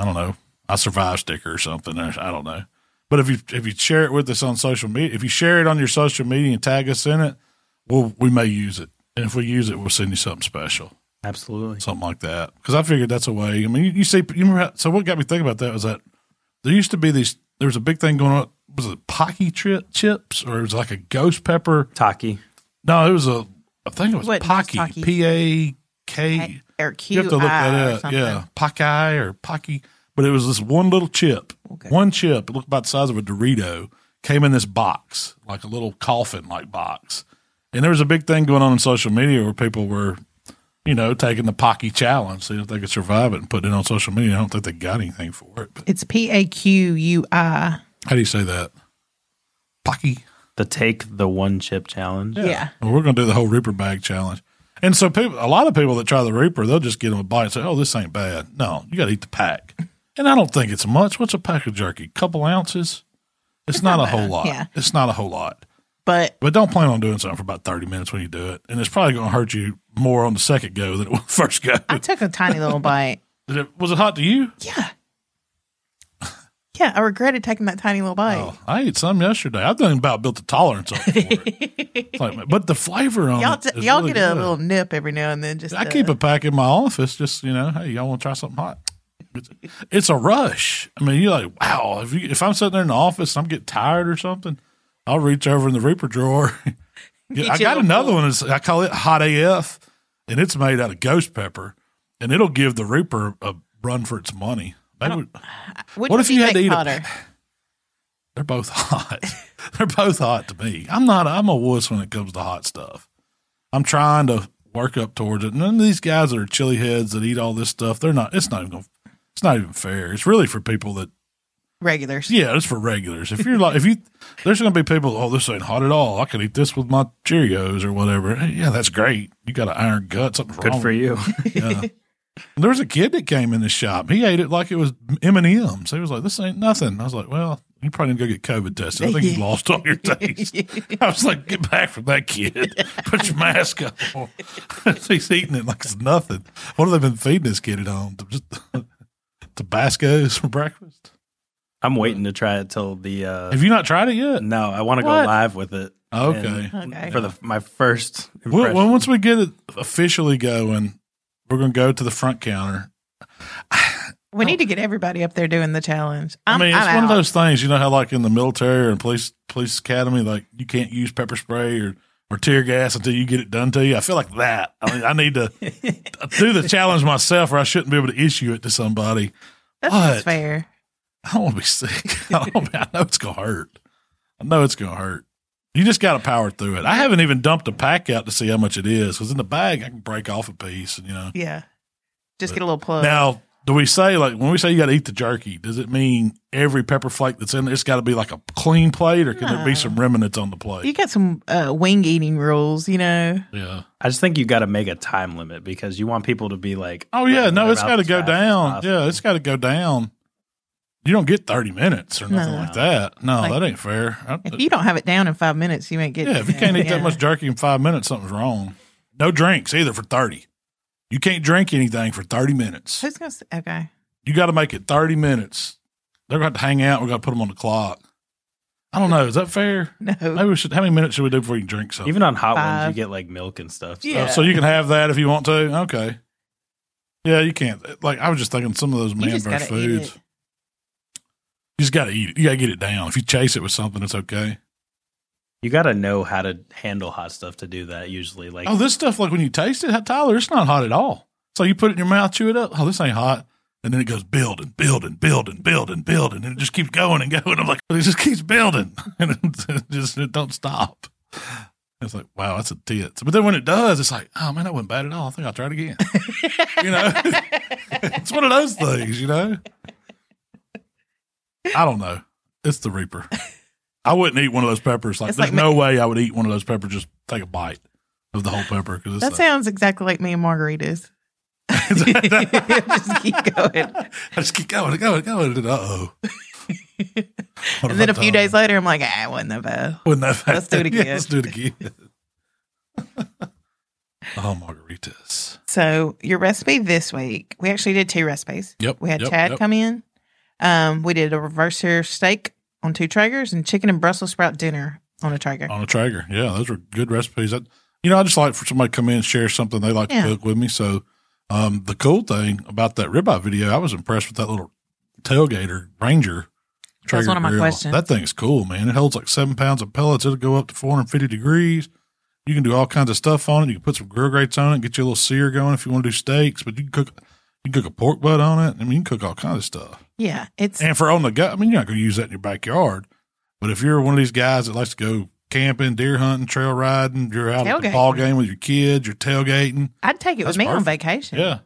B: I don't know I survive sticker or something. I I don't know. But if you if you share it with us on social media, if you share it on your social media and tag us in it, we'll we may use it. And if we use it, we'll send you something special
D: Absolutely.
B: something like that. Because I figured that's a way. I mean, you, you see, you remember. How, so what got me thinking about that was that there used to be these. There was a big thing going on. Was it Pocky tri- chips or it was like a ghost pepper?
D: Taki.
B: No, it was a. I think it was
C: What, just
B: Pocky.
C: Pocky?
B: P A K.
C: Hey, Or
B: You
C: Q
B: have to look
C: I or
B: that up.
C: something.
B: Yeah, Pocky or Pocky. But it was this one little chip.
C: Okay.
B: One chip. It looked about the size of a Dorito. Came in this box, like a little coffin like box. And there was a big thing going on in social media where people were you know, taking the Pocky challenge, see if they could survive it and put it on social media. I don't think they got anything for it. But
C: It's P A Q U I.
B: how do you say that? Pocky.
D: The take the one chip challenge.
C: Yeah.
B: Well, we're going to do the whole Reaper bag challenge. And so, people, a lot of people that try the Reaper, they'll just get them a bite and say, oh, this ain't bad. No, you got to eat the pack. And I don't think it's much. What's a pack of jerky? couple ounces? It's, not, a whole lot.
C: yeah.
B: It's not a whole lot.
C: But
B: But don't plan on doing something for about 30 minutes when you do it. And it's probably going to hurt you more on the second go than it will <laughs> first go.
C: I took a tiny
B: <laughs>
C: little bite.
B: Did it- was it hot to you?
C: Yeah. Yeah, I regretted taking that tiny little bite.
B: Oh, I ate some yesterday. I've done about built a tolerance up for it.
C: <laughs>
B: It's like, but the flavor on
C: y'all
B: it
C: t-
B: is
C: y'all
B: um, really
C: get a
B: good.
C: little nip every now and then. Just uh,
B: I
C: to-
B: keep a pack in my office. Just you know, hey, y'all want to try something hot? It's, it's a rush. I mean, you're like, wow. If you, if I'm sitting there in the office and I'm getting tired or something, I'll reach over in the Reaper drawer. <laughs>
C: Get
B: I
C: you
B: got
C: a
B: another
C: little-
B: one. It's, I call it Hot AF, and it's made out of ghost pepper, and it'll give the Reaper a run for its money. Maybe we-
C: Which
B: What
C: would
B: if you had to
C: make
B: eat a-
C: hotter?
B: They're both hot. <laughs> They're both hot to me. I'm not. I'm a wuss when it comes to hot stuff. I'm trying to work up towards it. None of these guys that are chili heads that eat all this stuff. They're not. It's not even. gonna- It's not even fair. It's really for people that. <laughs>
C: regulars?
B: Yeah, it's for regulars. If you're like, if you, there's going to be people. Oh, this ain't hot at all. I could eat this with my Cheerios or whatever. Hey, yeah, that's great. You got an iron gut. Something's
D: Good
B: wrong <laughs>
D: for you.
B: there was a kid that came in the shop. He ate it like it was M and M's. He was like, "This ain't nothing." I was like, "Well, you probably didn't go get COVID tested. I think you lost all your taste." I was like, "Get back from that
C: <laughs>
B: kid. Put your mask up." <laughs> He's eating it like it's nothing. What have they been feeding this kid at home? <laughs> Just Tabasco's for breakfast.
D: I'm waiting to try it till the. Uh,
B: Have you not tried it yet?
D: no, I want to go
B: What?
D: live with it.
B: Okay.
D: And
C: Okay.
D: For the my first
B: Well,
D: impression.
B: well, once we get it officially going, we're going to go to the front counter
C: <laughs> We need to get everybody up there doing the challenge.
B: Oh. i
C: I'm,
B: mean, it's
C: I'm
B: one of
C: out.
B: those things, you know how like in the military or in police police academy, like you can't use pepper spray or or tear gas until you get it done to you. I feel like that. I mean, I need
C: <laughs>
B: to do the challenge myself, or I shouldn't be able to issue it to somebody.
C: That's
B: What?
C: not fair.
B: <laughs> I don't want to be sick. I, don't, I know it's gonna hurt. I know it's gonna hurt. You just got to power through it. I haven't even dumped a pack out to see how much it is because in the bag I can break off a piece, and you know.
C: Yeah, just get a little plug.
B: Now, do we say like when we say you got to eat the jerky? Does it mean every pepper flake that's in there? It's got to be like a clean plate, or can there be
C: No.
B: some remnants on the
C: you
B: plate?
C: got some uh, wing eating rules, you know.
B: Yeah.
D: I just think you got to make a time limit because you want people to be like,
B: Oh yeah. No, it's got to go down.
D: Yeah.
B: Yeah, it's got to go down. You don't get thirty minutes or nothing
C: No.
B: like that. No,
C: Like-
B: that ain't fair. I-
C: If you don't have it down in five minutes, you ain't getting.
B: yeah, if you can't eat
C: <laughs>
B: that much jerky in five minutes, something's wrong. No drinks either for thirty. You can't drink anything for thirty minutes.
C: who's gonna? Say, okay, <laughs>
B: You got to make it 30 minutes. They're going to hang out. We're going to put them on the clock. I don't know. Is that fair?
C: No.
B: Maybe we should. How many minutes should we do before you drink something?
D: Even on hot
C: Five.
D: ones, you get like milk and stuff. So
C: Yeah.
B: Uh, so you can have that if you want to. Okay. Yeah, you can't. Like I was just thinking, some of those
C: You
B: man
C: just
B: versus
C: gotta eat
B: foods.
C: it.
B: You just got to eat it. You got to get it down. If you chase it with something, it's okay.
D: You got to know how to handle hot stuff to do that. Usually, like
B: Oh, this stuff, like when you taste it, Tyler, it's not hot at all. So you put it in your mouth, chew it up. Oh, this ain't hot. And then it goes building, building, building, building, building. And it just keeps going and going. I'm like, <laughs> it just keeps building. <laughs> And it just it don't stop. It's like, wow, that's a tits. But then when it does, it's like, oh man, that wasn't bad at all. I think I'll try it again. <laughs> you
C: <laughs>
B: know? it's one of those things, you know? I don't know. It's the Reaper. I wouldn't eat one of those peppers. Like,
C: It's
B: there's
C: like
B: no way I would eat one of those peppers. Just take a bite of the whole pepper because
C: That
B: it's like,
C: sounds exactly like me and
B: <laughs>
C: margaritas. <laughs> just keep going.
B: I just keep going, going, going. Uh
C: <laughs>
B: oh.
C: And then a few days later, I'm like, ah, it wasn't that bad.
B: Wouldn't that
C: Let's do
B: <laughs>
C: it
B: Yeah,
C: again.
B: let's do it again. <laughs> oh, margaritas.
C: So your recipe this week, we actually did two recipes.
B: Yep,
C: We had
B: yep,
C: Chad
B: yep.
C: come in. Um, we did a reverse here steak on two Traegers and chicken and Brussels sprout dinner on a Traeger.
B: On a Traeger. Yeah, those were good recipes. That you know, I just like for somebody to come in and share something they like
C: Yeah.
B: to cook with me. So um, the cool thing about that ribeye video, I was impressed with that little tailgater ranger.
C: That's one of my
B: grill.
C: questions.
B: That thing's cool, man. It holds like seven pounds of pellets. It'll go up to 450 degrees. You can do all kinds of stuff on it. You can put some grill grates on it, get you a little sear going if you want to do steaks, but you can cook you can cook a pork butt on it. I mean you can cook all kinds of stuff.
C: Yeah, it's
B: And for on the go, I mean, you're not going to use that in your backyard. But if you're one of these guys that likes to go camping, deer hunting, trail riding, you're out at the
C: Tailgating.
B: ball game with your kids, you're tailgating.
C: I'd take it
B: That's
C: with me on
B: perfect.
C: vacation.
B: Yeah.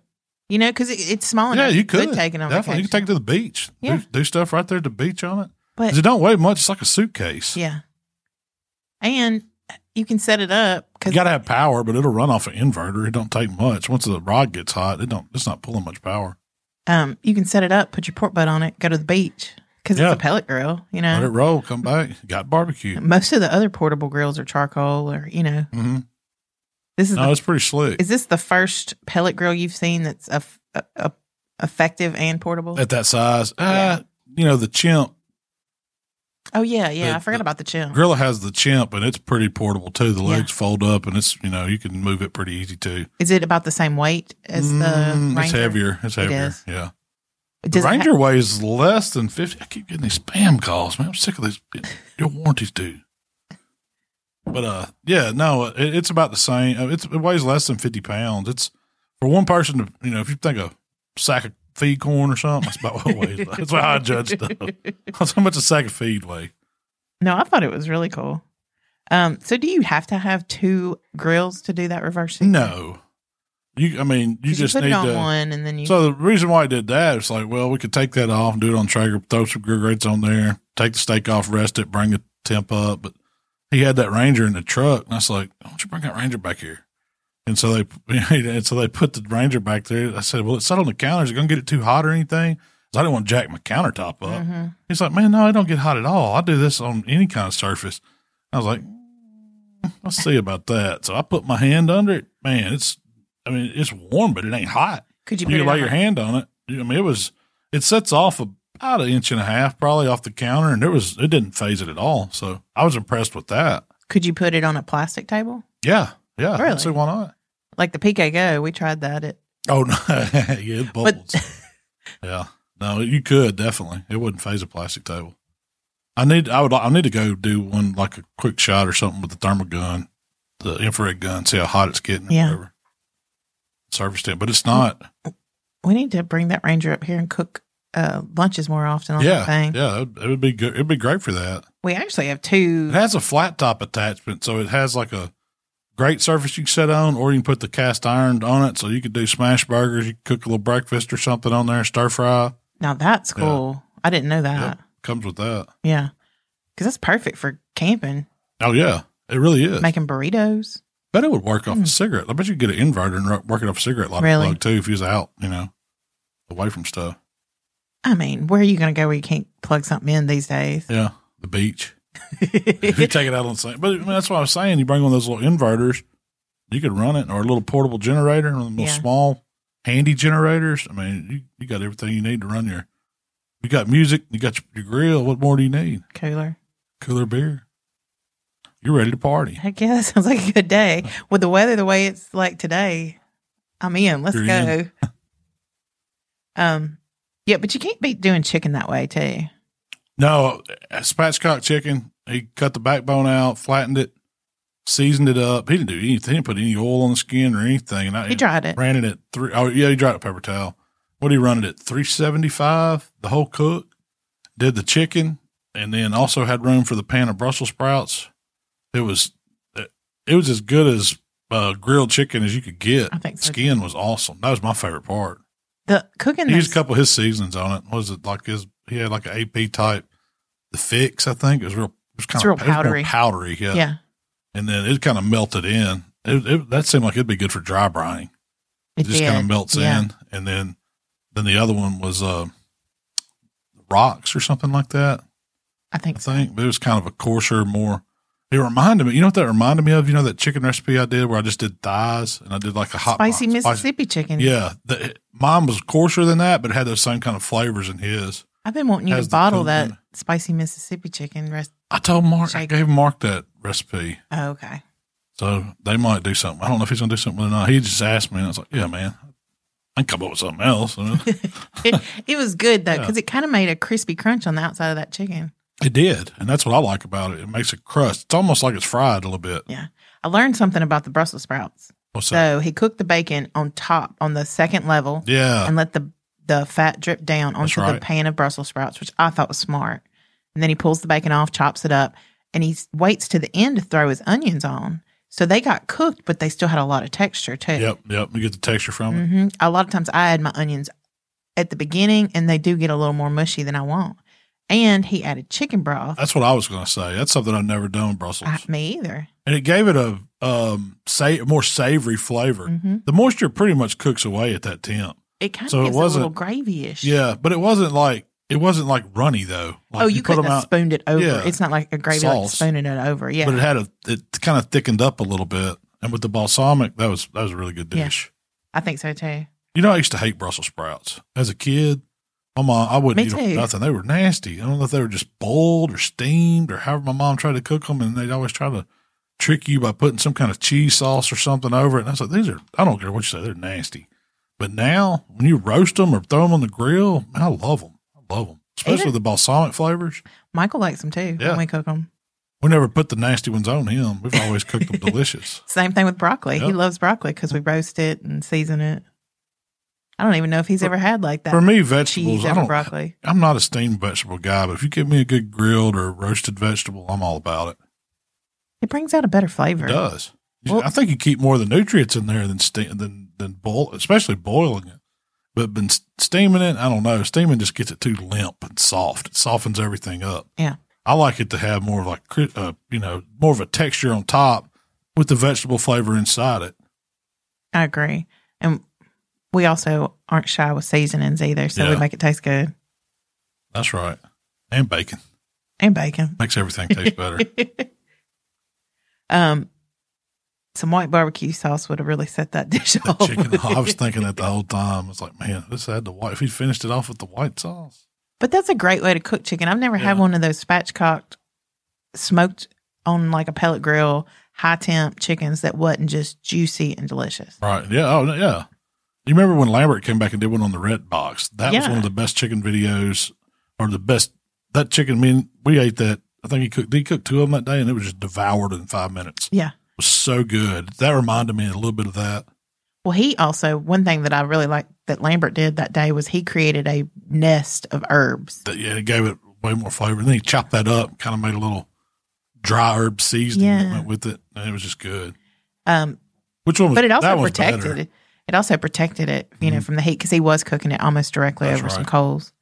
C: you know, because it, it's small
B: Yeah,
C: enough.
B: you could.
C: take it
B: Definitely.
C: on vacation.
B: You can take it to the beach.
C: Yeah.
B: Do, do stuff right there at the beach on it. 'Cause
C: but
B: it don't weigh much. It's like a suitcase.
C: yeah, and you can set it up
B: You
C: because
B: got to have power, but it'll run off an inverter. It don't take much. Once the rod gets hot, it don't. It's not pulling much power.
C: um, you can set it up, put your pork butt on it, go to the beach because
B: Yeah.
C: it's a pellet grill. You
B: Let it
C: know,
B: roll. Come back. Got barbecue.
C: most of the other portable grills are charcoal or you know,
B: hmm
C: this is the
B: No, it's pretty slick.
C: Is this the first pellet grill you've seen that's a, a, a- effective and portable?
B: At that size, uh,
C: Yeah.
B: you know the chimp
C: oh yeah, yeah.
B: the-
C: I forgot about the chimp.
B: Gorilla has the chimp, and it's pretty portable too. The
C: Yeah.
B: legs fold up, and it's you know you can move it pretty easy too.
C: Is it about the same weight as the
B: Mm,
C: Ranger?
B: it's heavier. It's
C: It
B: heavier.
C: is.
B: Yeah, the
C: Does it ha-
B: Ranger weighs less than fifty. I keep getting these spam calls, man. I'm sick of these. Your warranties due. But uh, yeah, no, it, it's about the same. Uh, It's, it weighs less than fifty pounds. It's for one person to you know if you think a sack of feed corn or something, that's about what it weighs. That's how I judge stuff. <laughs>
C: <laughs>
B: That's how much a sack of feed weigh.
C: no, I thought it was really cool. Um, so do you have to have two grills to do that reverse? heat?
B: No, you. I mean, you
C: 'Cause
B: just
C: put
B: need
C: it on
B: to.
C: one and then you.
B: So the reason why I did that is like, well, we could take that off and do it on Traeger, throw some grill grates on there, take the steak off, rest it, bring the temp up. But he had that Ranger in the truck, and I was like, why don't you bring that Ranger back here? And so they, <laughs> and so they put the Ranger back there. I said, well, it's set on the counter. Is it going to get it too hot or anything? 'Cause I didn't want to jack my countertop up.
C: Mhm.
B: He's like, man, no, I don't get hot at all. I do this on any kind of surface. I was like, let's see about that. So I put my hand under it. Man, it's, I mean, it's warm, but it ain't hot
C: Could you,
B: you,
C: put it
B: lay
C: on
B: your
C: a-
B: hand on it. I mean, it was it sets off about an inch and a half, probably off the counter, and there was it didn't phase it at all. So I was impressed with that.
C: Could you put it on a plastic table
B: Yeah, yeah. I don't
C: Really?
B: see why not?
C: like the PK Go? We tried that. It
B: Oh no, <laughs> yeah, it
C: But-
B: bubbles. yeah, no, you could definitely. It wouldn't phase a plastic table. I need. I would. I need to go do one like a quick shot or something with the thermal gun, the infrared gun, see how hot it's getting. Or
C: Yeah.
B: Whatever. Surface temp, but it's not.
C: we need to bring that Ranger up here and cook uh, lunches more often on that
B: yeah,
C: thing.
B: yeah. It would be good. It'd be great for that.
C: We actually have two.
B: It has a flat top attachment, so it has like a great surface you can set on, or you can put the cast iron on it, so you could do smash burgers. You could cook a little breakfast or something on there, stir fry.
C: Now that's
B: Yeah.
C: cool. I didn't know that.
B: Yep, comes with that.
C: Yeah. Cause that's perfect for camping,
B: Oh yeah, it really is.
C: making burritos.
B: bet it would work off a
C: Mm.
B: cigarette. I bet you could get an inverter and ru- work it off a cigarette light
C: Really?
B: plug too if you was out, you know, away from stuff.
C: I mean, where are you going to go where you can't plug something in these days?
B: Yeah, the beach. if you take it out on the same, but I mean, that's what I was saying. You bring one of those little inverters, you could run it, or a little portable generator, one of those
C: Yeah.
B: small, handy generators. I mean, you, you got everything you need to run your. You got music, you got your, your grill. What more do you need?
C: Cooler.
B: cooler beer. You're ready to party.
C: Heck yeah, that <laughs> sounds like a good day. With the weather the way it's like today, I'm in. Let's
B: You're
C: go.
B: in. <laughs>
C: um, yeah, but you can't be doing chicken that way too.
B: No, uh, spatchcock chicken. He cut the backbone out, flattened it, seasoned it up. He didn't do anything. He didn't put any oil on the skin or anything. And I,
C: He dried it.
B: ran it at three oh yeah, he dried a paper towel. What did he run it at? Three seventy five, the whole cook, did the chicken, and then also had room for the pan of Brussels sprouts. It was it was as good as uh, grilled chicken as you could get.
C: I think so,
B: Skin was awesome. That was my favorite part.
C: The cooking.
B: He used
C: those-
B: a couple of his seasons on it. What was it like his he had like an AP type the fix, I think. It was real it was kind
C: It's
B: of
C: real
B: it was more
C: powdery.
B: powdery, yeah.
C: yeah,
B: And then it kind of melted in. It, it, that seemed like it'd be good for dry brining
C: it
B: it just kind of
C: did.
B: melts
C: Yeah.
B: in and then then the other one was uh rocks or something like that
C: I
B: i
C: think so.
B: think but it was kind of a coarser more it reminded me you know what that reminded me of you know that chicken recipe i did where i just did thighs and i did like a hot
C: Spicy
B: pot-
C: Mississippi chicken.
B: yeah the, mine was coarser than that but it had those same kind of flavors in his
C: I've been wanting you
B: Has
C: to
B: the
C: bottle
B: coke
C: that
B: in it.
C: spicy Mississippi chicken. Rest-
B: i told mark i
C: Shake.
B: gave mark that recipe
C: oh, okay.
B: so they might do something i don't know if he's gonna do something or not he just asked me and i was like yeah man i can come up with something else I mean,
C: It, it was good
B: <laughs>
C: though
B: Yeah.
C: because it kind of made a crispy crunch on the outside of that chicken.
B: It did, and that's what I like about it. It makes a crust. It's almost like it's fried a little bit.
C: Yeah, I learned something about the Brussels sprouts.
B: What's that?
C: So he cooked the bacon on top on the second level
B: yeah,
C: and let the the fat drip down onto the
B: Uh, right.
C: pan of Brussels sprouts, which I thought was smart. And then he pulls the bacon off, chops it up, and he s- waits to the end to throw his onions on. So they got cooked, but they still had a lot of texture too.
B: yep, yep. You get the texture from it.
C: hmm A lot of times I add my onions at the beginning, and they do get a little more mushy than I want. And he added chicken broth.
B: That's what I was going to say. That's something I've never done in Brussels,
C: I- me either.
B: and it gave it a um say more savory flavor.
C: hmm
B: The moisture pretty much cooks away at that temp.
C: It kind of
B: So it
C: gives a
B: wasn't-
C: little gravy-ish.
B: Yeah, but it wasn't like it wasn't like runny though. Like
C: oh, you,
B: put
C: couldn't
B: them
C: have
B: out,
C: spooned it over.
B: Yeah.
C: It's not like a gravy like
B: Sauce.
C: spooning it over. Yeah.
B: but it had a it kind of thickened up a little bit. And with the balsamic, that was that was a really good
C: Yeah.
B: dish.
C: I think so too.
B: You know, I used to hate Brussels sprouts as a kid. My mom, I wouldn't
C: Me
B: eat them
C: too.
B: for nothing. They were nasty. I don't know if they were just boiled or steamed or however my mom tried to cook them, and they'd always try to trick you by putting some kind of cheese sauce or something over it. And I was like, these are, I don't care what you say, they're nasty. But now, when you roast them or throw them on the grill, man, I love them. I love them, especially
C: Either-
B: the balsamic flavors.
C: Michael likes them too
B: Yeah.
C: when we cook them.
B: We never put the nasty ones on him. We've always cooked
C: <laughs>
B: them delicious.
C: Same thing with broccoli. He
B: Yep.
C: loves broccoli because we roast it and season it. I don't even know if he's ever had like that.
B: For me, vegetables,
C: cheese
B: I
C: over
B: don't,
C: broccoli.
B: I'm not a steamed vegetable guy, but if you give me a good grilled or roasted vegetable, I'm all about it.
C: It brings out a better flavor.
B: It does. You-
C: Well-
B: I think you keep more of the nutrients in there than ste- than than boil, especially boiling it. But been s- steaming it, I don't know. Steaming just gets it too limp and soft. It softens everything up.
C: Yeah.
B: I like it to have more of like cri- uh, you know more of a texture on top with the vegetable flavor inside it.
C: I agree. And we also aren't shy with seasonings either, so we
B: Yeah.
C: make it taste good.
B: That's right. And bacon
C: And bacon.
B: makes everything taste better.
C: um, some white barbecue sauce would have really set that <laughs> dish
B: That
C: off.
B: chicken, I was thinking that the whole time. It's like, man, this had the white. If he finished it off with the white sauce,
C: But that's a great way to cook chicken. I've never had
B: Yeah.
C: one of those spatchcocked, smoked on like a pellet grill, high temp chickens that wasn't just juicy and delicious.
B: right? Yeah, oh yeah. You remember when Lambert came back and did one on the Red Box? That was
C: Yeah.
B: one of the best chicken videos, or the best. That chicken, I mean, we ate that. I think he cooked. He cooked two of them that day, and it was just devoured in five minutes.
C: Yeah.
B: It was so good. That reminded me a little bit of that.
C: Well, he also, one thing that I really liked that Lambert did that day was he created a nest of herbs.
B: That yeah, it gave it way more flavor. And then he chopped that up, kind of made a little dry herb seasoning that
C: Yeah.
B: went with it, and it was just good.
C: Um,
B: Which one was?
C: but it also
B: that one's
C: protected
B: better. Mm-hmm.
C: it. It also protected it, you know, from the heat because he was cooking it almost directly
B: That's
C: over some
B: right.
C: coals.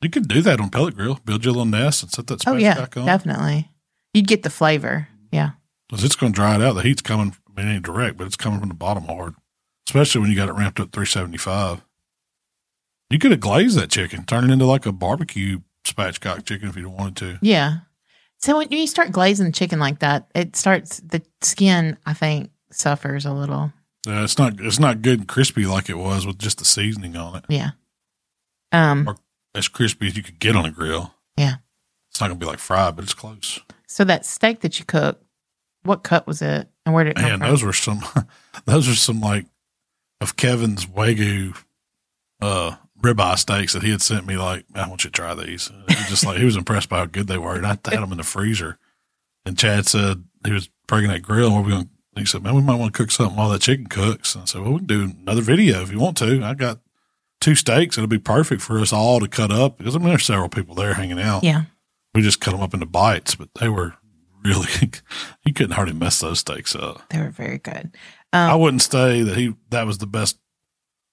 B: You could do that on pellet grill. Build your little nest and set that space
C: oh, yeah.
B: back on.
C: Definitely. You'd get the flavor. Yeah.
B: 'Cause it's going to dry it out. The heat's coming. I mean, it ain't direct, but it's coming from the bottom hard. Especially when you got it ramped up 375. You could have glazed that chicken, turn it into like a barbecue spatchcock chicken if you wanted to.
C: Yeah. So when you start glazing chicken like that, it starts the skin. I think suffers a little.
B: Uh, it's not it's not good and crispy like it was with just the seasoning on it.
C: Yeah. Um.
B: As crispy as you could get on a grill.
C: Yeah.
B: It's not going to be like fried, but it's close.
C: So that steak that you cooked, what cut was it, and where did it come
B: Man,
C: from?
B: those were some, <laughs> those are some like of Kevin's Wagyu uh, ribeye steaks that he had sent me. Like, I want you to try these. It was just like he was impressed by how good they were, and I had them in the freezer. And Chad said he was breaking that grill. What are we going? He said, "Man, we might want to cook something while that chicken cooks." And I said, "Well, we can do another video if you want to. I got two steaks. It'll be perfect for us all to cut up because I mean, there's several people there hanging out.
C: yeah,
B: We just cut them up into bites, but they were really. <laughs> you couldn't hardly mess those steaks up.
C: they were very good.
B: I
C: Um,
B: wouldn't say that he that was the best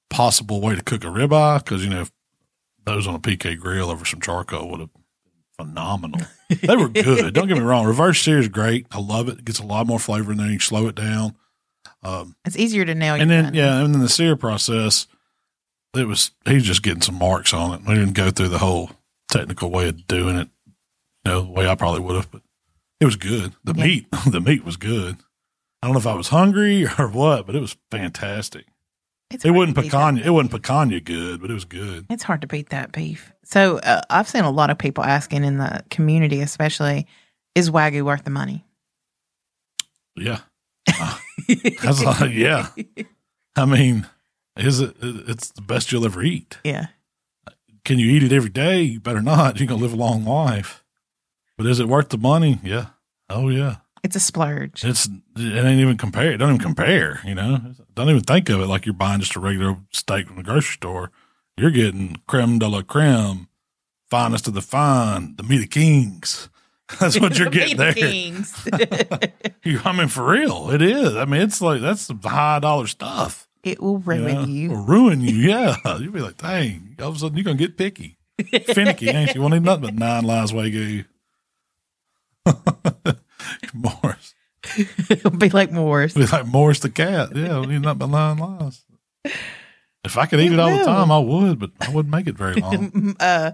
B: possible way to cook a ribeye because you know if those on a PK grill over some charcoal would have been phenomenal. they were good. Don't get me wrong. Reverse sear is great. I love it. It gets a lot more flavor in there. You slow it down. Um,
C: it's easier to nail.
B: and
C: your
B: then
C: gun.
B: yeah, and then the sear process. It was he's just getting some marks on it. We didn't go through the whole technical way of doing it. You know, the way I probably would have, but it was good. The
C: Yeah.
B: meat, <laughs> the meat was good. I don't know if I was hungry or what, but it was fantastic.
C: It's
B: It
C: hard
B: wasn't
C: to beat that.
B: pecan. It wasn't pecan good, but it was good.
C: It's hard to beat that beef. So uh, I've seen a lot of people asking in the community, especially, is Wagyu worth the money? <laughs>
B: Yeah, <laughs> That's a-
C: <laughs>
B: yeah. I mean, is it? It's the best you'll ever eat.
C: yeah.
B: Can you eat it every day? You better not. You're gonna live a long life. But is it worth the money? Yeah. Oh yeah.
C: It's a splurge.
B: It's it ain't even compare. It don't even compare. You know, don't even think of it like you're buying just a regular steak from the grocery store. You're getting creme de la creme, finest of the fine, the meat of kings. <laughs> That's what
C: <laughs>
B: you're getting there.
C: Kings.
B: You- I mean, for real, it is. I mean, it's like that's some high dollar stuff. <laughs>
C: it will ruin
B: know?
C: you.
B: It'll ruin you. Yeah, <laughs> you'll be like, dang. All of a sudden, you're gonna get picky, finicky. ain't you? won't need nothing but nine lives wagyu. <laughs> Morris, <laughs>
C: <laughs> It'll be like Moore's.
B: be like Morris the cat. Yeah, we need nothing but nine lives. If I could eat it all the
C: Hello.
B: time, I would, but I wouldn't make it
C: <laughs>
B: very long.
C: uh,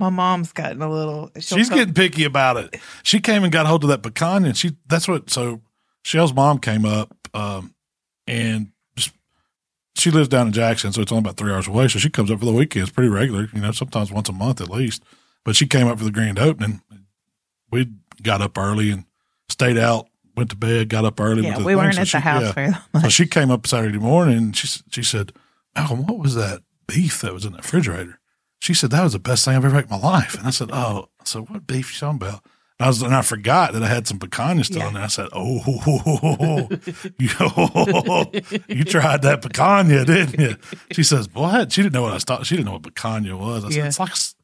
C: my mom's gotten a little. she'll
B: She's
C: come-
B: getting picky about it. She came and got hold of that pecan, and she that's what. So Shell's mom came up, um, and just, she lives down in Jackson, so it's only about three hours away. So she comes up for the weekends pretty regular, you know, sometimes once a month at least. But she came up for the grand opening. We got up early and stayed out, went to bed, got up early. went
C: Yeah,
B: to
C: we
B: thing.
C: weren't
B: So
C: at
B: she-
C: the house
B: yeah.
C: very much.
B: So she came up Saturday morning and she s- she said, Malcolm, what was that beef that was in the refrigerator? She said, That was the best thing I've ever ate in my life. And I said, Oh, I said, What beef you talking about? And I was and I forgot that I had some picanha still
C: Yeah.
B: in there. I said, Oh, ho, ho, ho, <laughs> ho, ho. you, you tried that picanha, didn't you? She says, What? She didn't know what I was talking. She didn't know what picanha was. I said,
C: Yeah.
B: It's like a s-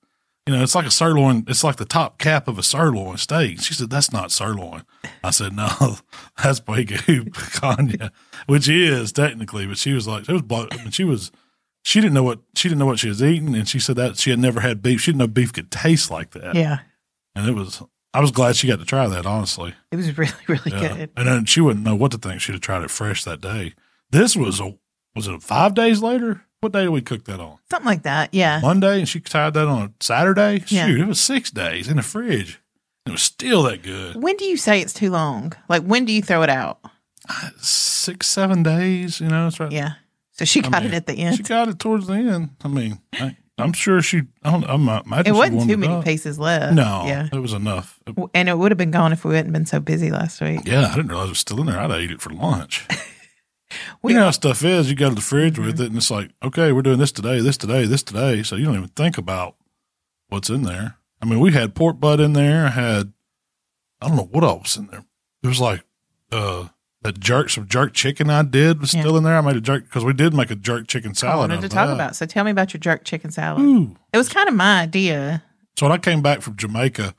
B: you know, it's like a sirloin. It's like the top cap of a sirloin steak. She said, "That's not sirloin." I said, "No, <laughs> that's wagyu picanha, which is technically." But she was like, "It was." Blow, I mean, she was. She didn't know what she didn't know what she was eating, and she said that she had never had beef. She didn't know beef could taste like that.
C: <laughs> yeah,
B: And it was. I was glad she got to try that. Honestly,
C: it was really, really
B: yeah.
C: good.
B: And then she wouldn't know what to think. She'd have tried it fresh that day. This was a was it five days later? What day did we cook that on?
C: Something like that. Yeah.
B: Monday and she tied that on a Saturday. Shoot,
C: Uh-huh. Yeah.
B: it was six days in the fridge. It was still that good.
C: When do you say it's too long? Like, when do you throw it out?
B: Six, seven days, you know, that's right.
C: Yeah. So she
B: I
C: got
B: mean,
C: it at the
B: She
C: end.
B: got it towards the end. I mean, I, I'm sure she, I don't, I'm not,
C: It wasn't too many pieces left.
B: No,
C: Yeah.
B: it was enough. It-
C: W- And it would have been gone if we hadn't been so busy last week.
B: yeah, I didn't realize it was still in there. I'd ate it for lunch.
C: <laughs> We-
B: you know how stuff is. You go to the fridge with it and it's like, okay, we're doing this today, this today, this today. So you don't even think about what's in there. I mean, we had pork butt in there. I had, I don't know what else was in there. It was like, uh, that jerk, some jerk chicken I did was
C: Yeah.
B: still in there. I made a jerk because we did make a jerk chicken
C: I
B: salad.
C: wanted
B: out
C: to
B: of
C: talk
B: that. Mm.
C: about. So tell me about your jerk chicken salad.
B: Ooh.
C: It was kind of my idea.
B: So when I came back from Jamaica,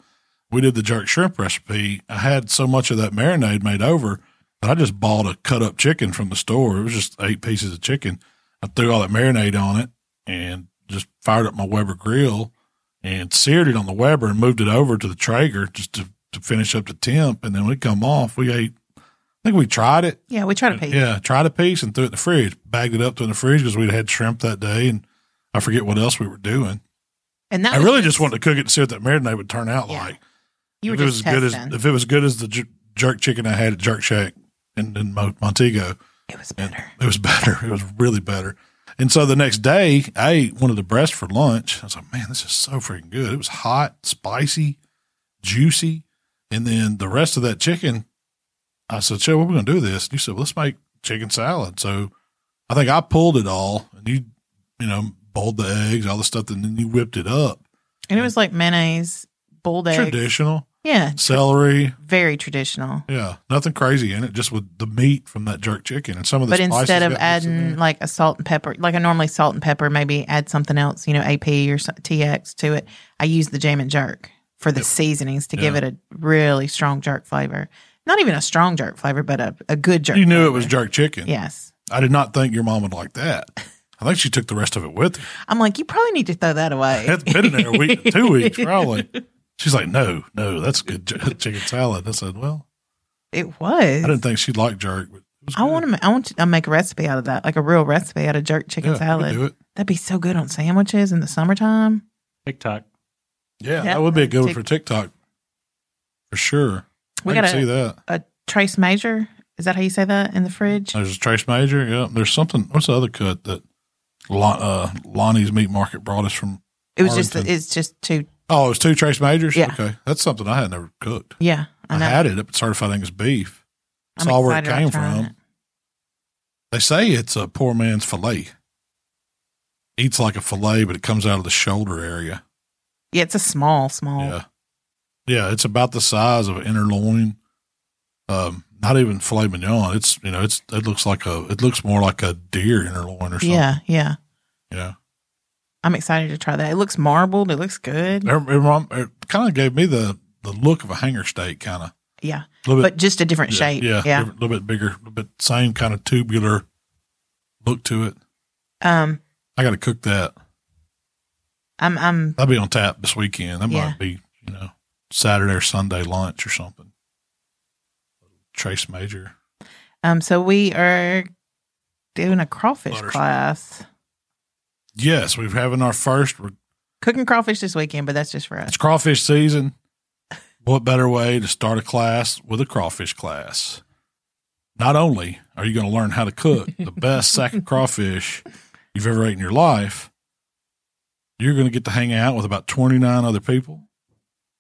B: we did the jerk shrimp recipe. I had so much of that marinade made over that I just bought a cut up chicken from the store. It was just eight pieces of chicken. I threw all that marinade on it and just fired up my Weber grill and seared it on the Weber and moved it over to the Traeger just to, to finish up the temp. And then when it come off, we ate, I think we tried it
C: Yeah, we tried to piece.
B: yeah, tried a piece and threw it in the fridge. Bagged it up, threw it in the fridge because we'd had shrimp that day, and I forget what else we were doing.
C: And that
B: I
C: was
B: really just wanted to cook it to see what that marinade would turn out
C: Yeah.
B: like.
C: You were
B: if it was
C: just
B: as good
C: testing.
B: as if it was good as the jer- jerk chicken I had at Jerk Shack in, in Mo- Montego,
C: It was better.
B: it was <laughs> better. It was really better. And so the next day, I ate one of the breasts for lunch. I was like, man, this is so freaking good. It was hot, spicy, juicy. And then the rest of that chicken, I said, Chad, what are we going to do with this? And you said, well, let's make chicken salad. So I think I pulled it all and you, you know, boiled the eggs, all the stuff, and then you whipped it up.
C: And it was like mayonnaise, boiled eggs.
B: Traditional
C: Yeah,
B: celery.
C: very traditional.
B: Yeah. Nothing crazy in it, just with the meat from that jerk chicken and some of the
C: But
B: spices
C: instead of
B: got mixed in
C: adding
B: there.
C: like a salt and pepper, like I normally salt and pepper, maybe add something else, you know, AP or so- TX to it. I use the jam and jerk for the seasonings to give
B: Yeah.
C: it a really strong jerk flavor. Not even a strong jerk flavor, but a, a good jerk.
B: You knew it was
C: flavor.
B: jerk chicken.
C: Yes.
B: I did not think your mom would like that. I think she took the rest of it with her.
C: I'm like, you probably need to throw that away.
B: <laughs> It's been in there a
C: <laughs>
B: week, two weeks, probably. She's like, no, no, that's good j- <laughs> chicken salad. I said, well,
C: It was.
B: I didn't think she'd like jerk. But it was
C: I want to. I want to make a recipe out of that, like a real recipe out of jerk chicken salad.
B: Do it.
C: That'd be so good on sandwiches in the summertime.
D: TikTok.
B: Yeah,
C: Yeah.
B: that would be a good one
C: Tik-
B: for TikTok, for sure.
C: We
B: I can
C: gotta-
B: see that.
C: A trace major. Is that how you say that in the fridge?
B: There's Trace Major. Yeah, there's something. What's the other cut that Lon, uh, Lonnie's Meat Market brought us from?
C: It was just.
B: Arlington.
C: It's just too.
B: Oh, it was two Trace Majors.
C: Yeah.
B: Okay, that's something I had never cooked.
C: Yeah,
B: I,
C: I know.
B: had it up at Certified Angus Beef.
C: I'm
B: saw where it
C: excited about
B: came
C: trying
B: from.
C: it.
B: They say it's a poor man's fillet. Eats like a fillet, but it comes out of the shoulder area.
C: Yeah, it's a small, small.
B: Yeah. Yeah, it's about the size of an inner loin. Um, not even filet mignon. It's you know, it's it looks like a it looks more like a deer inner loin or something.
C: yeah, yeah.
B: You know.
C: I'm excited to try that. It looks marbled. It looks good.
B: It, kind of gave me the the look of a hanger steak kind of.
C: Yeah,
B: A little bit
C: but just a different
B: yeah,
C: shape.
B: Yeah,
C: Yeah.
B: different- a little bit bigger, but same kind of tubular look to it.
C: Um.
B: I got to cook that.
C: I'm. I'm.
B: That'll be on tap this weekend. That
C: Yeah.
B: might be, you know, Saturday or Sunday lunch or something. Trace Major.
C: Um. So we are doing a crawfish
B: Butter-
C: class.
B: Yes, we're having our first.
C: Cooking crawfish this weekend, but that's just for us.
B: It's crawfish season. What better way to start a class with a crawfish class? Not only are you going to learn how to cook the best sack of crawfish you've ever ate in your life, you're going to get to hang out with about 29 other people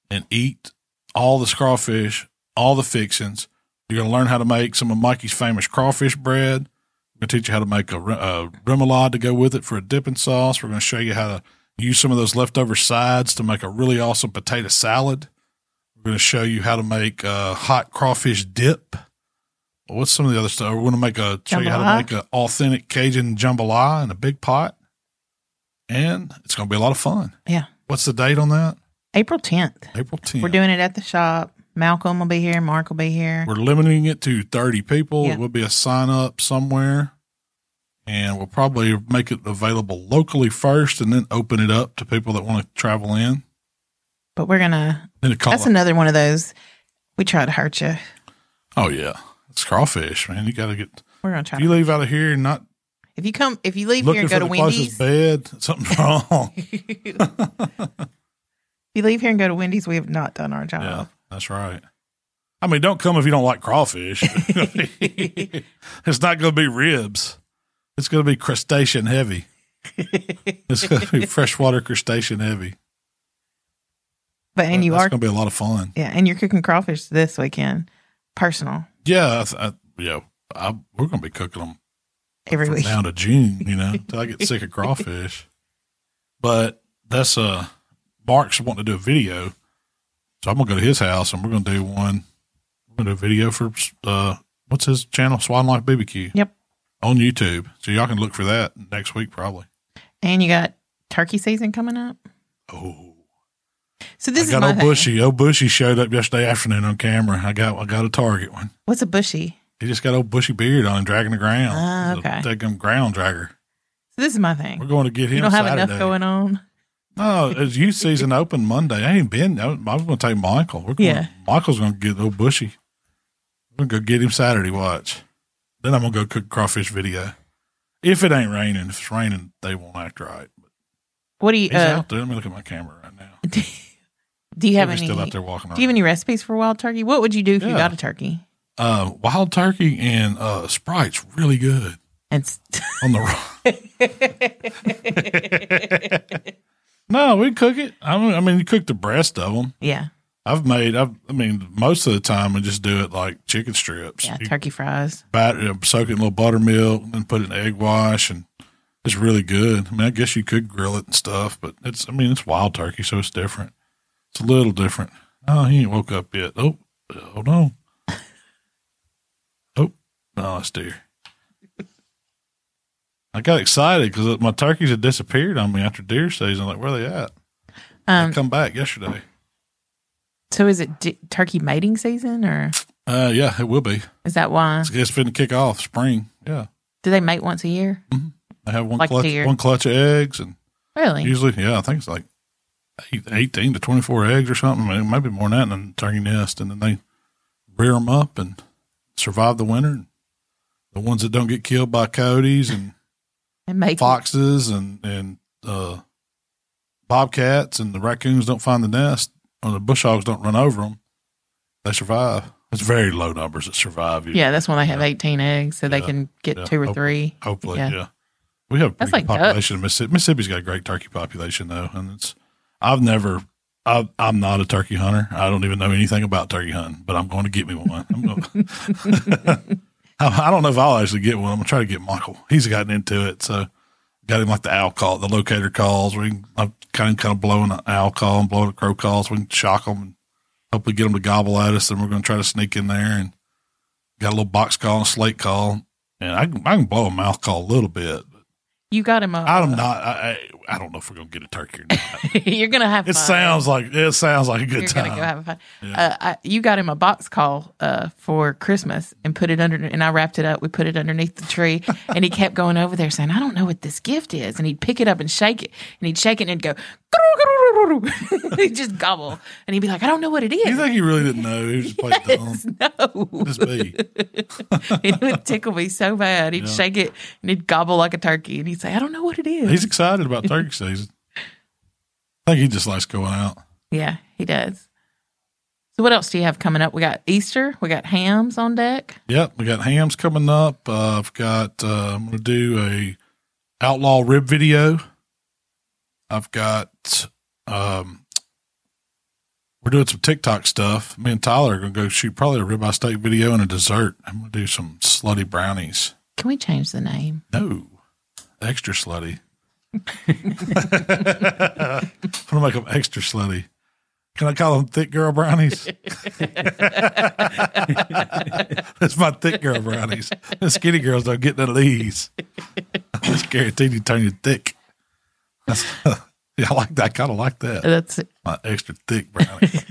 B: and eat all the crawfish, all the fixings. You're going to learn how to make some of Mikey's famous crawfish bread. We're going to teach you how to make a, re- a remoulade to go with it for a dipping sauce. We're going to show you how to use some of those leftover sides to make a really awesome potato salad. We're going to show you how to make uh, hot crawfish dip. What's some of the other stuff? We're going to make a show you how
C: Jambalaya?
B: to make an authentic Cajun jambalaya in a big pot, and it's going to be a lot of fun.
C: Yeah.
B: What's the date on that?
C: April 10th.
B: April 10th.
C: We're doing it at the shop. Malcolm will be here. Mark will be here.
B: We're limiting it to 30 people.
C: Yeah.
B: It will be a sign up somewhere. And we'll probably make it available locally first and then open it up to people that want to travel in.
C: But we're going to,
B: Then it
C: that's
B: costs.
C: another one of those. We try to hurt you.
B: oh, yeah. It's crawfish, man. You got to get.
C: We're going to try.
B: If you
C: to
B: leave out of here and not
C: if you come, if you leave here
B: looking
C: and go
B: for
C: to
B: the
C: Wendy's,
B: closest bed, <laughs> something's
C: <laughs>
B: wrong.
C: if you leave here and go to Wendy's, we have not done our
B: yeah,
C: job.
B: that's right. I mean, don't come if you don't like crawfish. <laughs> it's not going to be ribs. It's going to be crustacean heavy. it's going
C: <laughs>
B: to be freshwater crustacean heavy.
C: But, and
B: That-
C: you
B: that's
C: are,
B: going to be a lot of fun.
C: yeah, and you're cooking crawfish this weekend, personal,
B: Yeah, I, th- I, yeah, I, we're going to be cooking them
C: every
B: from
C: week.
B: now to June. You know, until I get sick of crawfish. But that's uh, Mark's wanting to do a video, so I'm going to go to his house and we're going to do one. We're going to do a video for uh, what's his channel, Swan Life BBQ.
C: <laughs> Yep.
B: On YouTube, so y'all can look for that next week probably.
C: And you got turkey season coming up.
B: Oh,
C: So this
B: I got
C: is my
B: old
C: thing.
B: Bushy. Old Bushy showed up yesterday afternoon on camera. I got I got a Target one.
C: What's a bushy?
B: He just got old bushy beard on and dragging the ground.
C: Ah,
B: He's a
C: okay.
B: Take him ground dragger.
C: So this is my
B: We're
C: thing.
B: going to get him.
C: You don't have
B: Saturday.
C: enough going on.
B: No, it's youth season open Monday. I ain't been. I was, I was going to take Michael. We're going,
C: Yeah.
B: Michael's going to get old bushy. We're going to go get him Saturday. Watch. Then I'm going to go cook crawfish video. If it ain't raining, if it's raining, they won't act right. But
C: What do you,
B: he's
C: uh,
B: out there. Let me look at my camera right now.
C: do you have
B: He's
C: any,
B: still out there
C: do
B: walking
C: you have
B: around.
C: any recipes for wild turkey? What would you do if you
B: Yeah.
C: got a turkey?
B: Uh, wild turkey and uh, Sprite's really good.
C: It's
B: on the rock.
C: <laughs>
B: <laughs> no, we cook it. I mean, I mean, you cook the breast of them.
C: <laughs> yeah.
B: I've made. I've, I mean, most of the time we just do it like chicken strips.
C: Yeah,
B: You
C: turkey fries.
B: bat, you know, soak it in a little buttermilk and put it in egg wash, and it's really good. I mean, I guess you could grill it and stuff, but it's. I mean, it's wild turkey, so it's different. It's a little different. Oh, he ain't woke up yet. Oh, hold on. Oh, no, it's deer. I got excited because my turkeys had disappeared on me after deer season. Like, where they at? I
C: Um,
B: come back yesterday.
C: so is it d- turkey mating season or
B: Uh, yeah, it will be.
C: is that why?
B: It's, it's finna kick off spring. Yeah,
C: Do they mate once a year?
B: I have one
C: Like
B: clutch,
C: deer.
B: one clutch of eggs, and
C: Really?
B: usually, yeah, I think it's like eight, eighteen to twenty-four eggs or something. Maybe- Maybe more than that in a turkey nest, and then they rear them up and survive the winter. The ones that don't get killed by coyotes
C: <laughs>
B: and
C: And make
B: foxes and and uh, bobcats and the raccoons don't find the nest or the bush hogs don't run over them. They survive. It's very low numbers that survive. usually.
C: Yeah, that's when they have 18 eggs, so they
B: Yeah.
C: can get
B: Yeah. Oh.
C: two or
B: Hope-
C: three.
B: Hopefully,
C: Yeah.
B: yeah. We have a
C: That's
B: pretty good
C: like
B: population in Mississippi. Mississippi's got a great turkey population though, and it's I've never I, I'm not a turkey hunter. I don't even know anything about turkey hunting, but I'm going to get me one. I'm going. <laughs> I I don't know if I'll actually get one. I'm gonna try to get Michael. He's gotten into it, so got him like the owl call, the locator calls. We can, I'm kind of kind of blowing an owl call and blowing a crow call, so we can shock them and hopefully get them to gobble at us. And we're gonna try to sneak in there and got a little box call and a slate call. And I can, I can blow a mouth call a little bit.
C: You got him up.
B: I'm not. I, I, I don't know if we're gonna get a turkey or not.
C: <laughs> You're going to have
B: It
C: fun.
B: sounds like it sounds like a good
C: You're
B: time.
C: gonna go have fun.
B: Yeah.
C: Uh, I, you got him a box call uh, for Christmas and put it under, and I wrapped it up. We put it underneath the
B: <laughs>
C: tree, and he kept going over there saying, "I don't know what this gift is," and he'd pick it up and shake it, and he'd shake it and it'd go, <laughs> he'd just gobble, and he'd be like, "I don't know what it
B: you
C: is." <laughs>
B: think he really didn't know? He was just playing dumb.
C: No,
B: Just be.
C: <laughs> it would tickle me so bad. He'd shake it and he'd gobble like a turkey, and he'd say, "I don't know what it is."
B: He's excited about turkey season. I think he just likes going out.
C: Yeah, he does. So what else do you have coming up? We got Easter. We got hams on deck.
B: Yep, we got hams coming up. Uh, I've got uh, I'm going to do a outlaw rib video. I've got um, we're doing some TikTok stuff. Me and Tyler are going to go shoot probably a ribeye steak video and a dessert. I'm going to do some slutty brownies.
C: Can we change the name?
B: No, extra slutty. <laughs> I'm going to make them extra slutty. Can I call them thick girl brownies? <laughs> That's my thick girl brownies. The skinny girls don't get none of these. <laughs> It's guaranteed you turn you thick. That's, <laughs> yeah, I like that. I kind of like that.
C: That's
B: My extra thick brownies.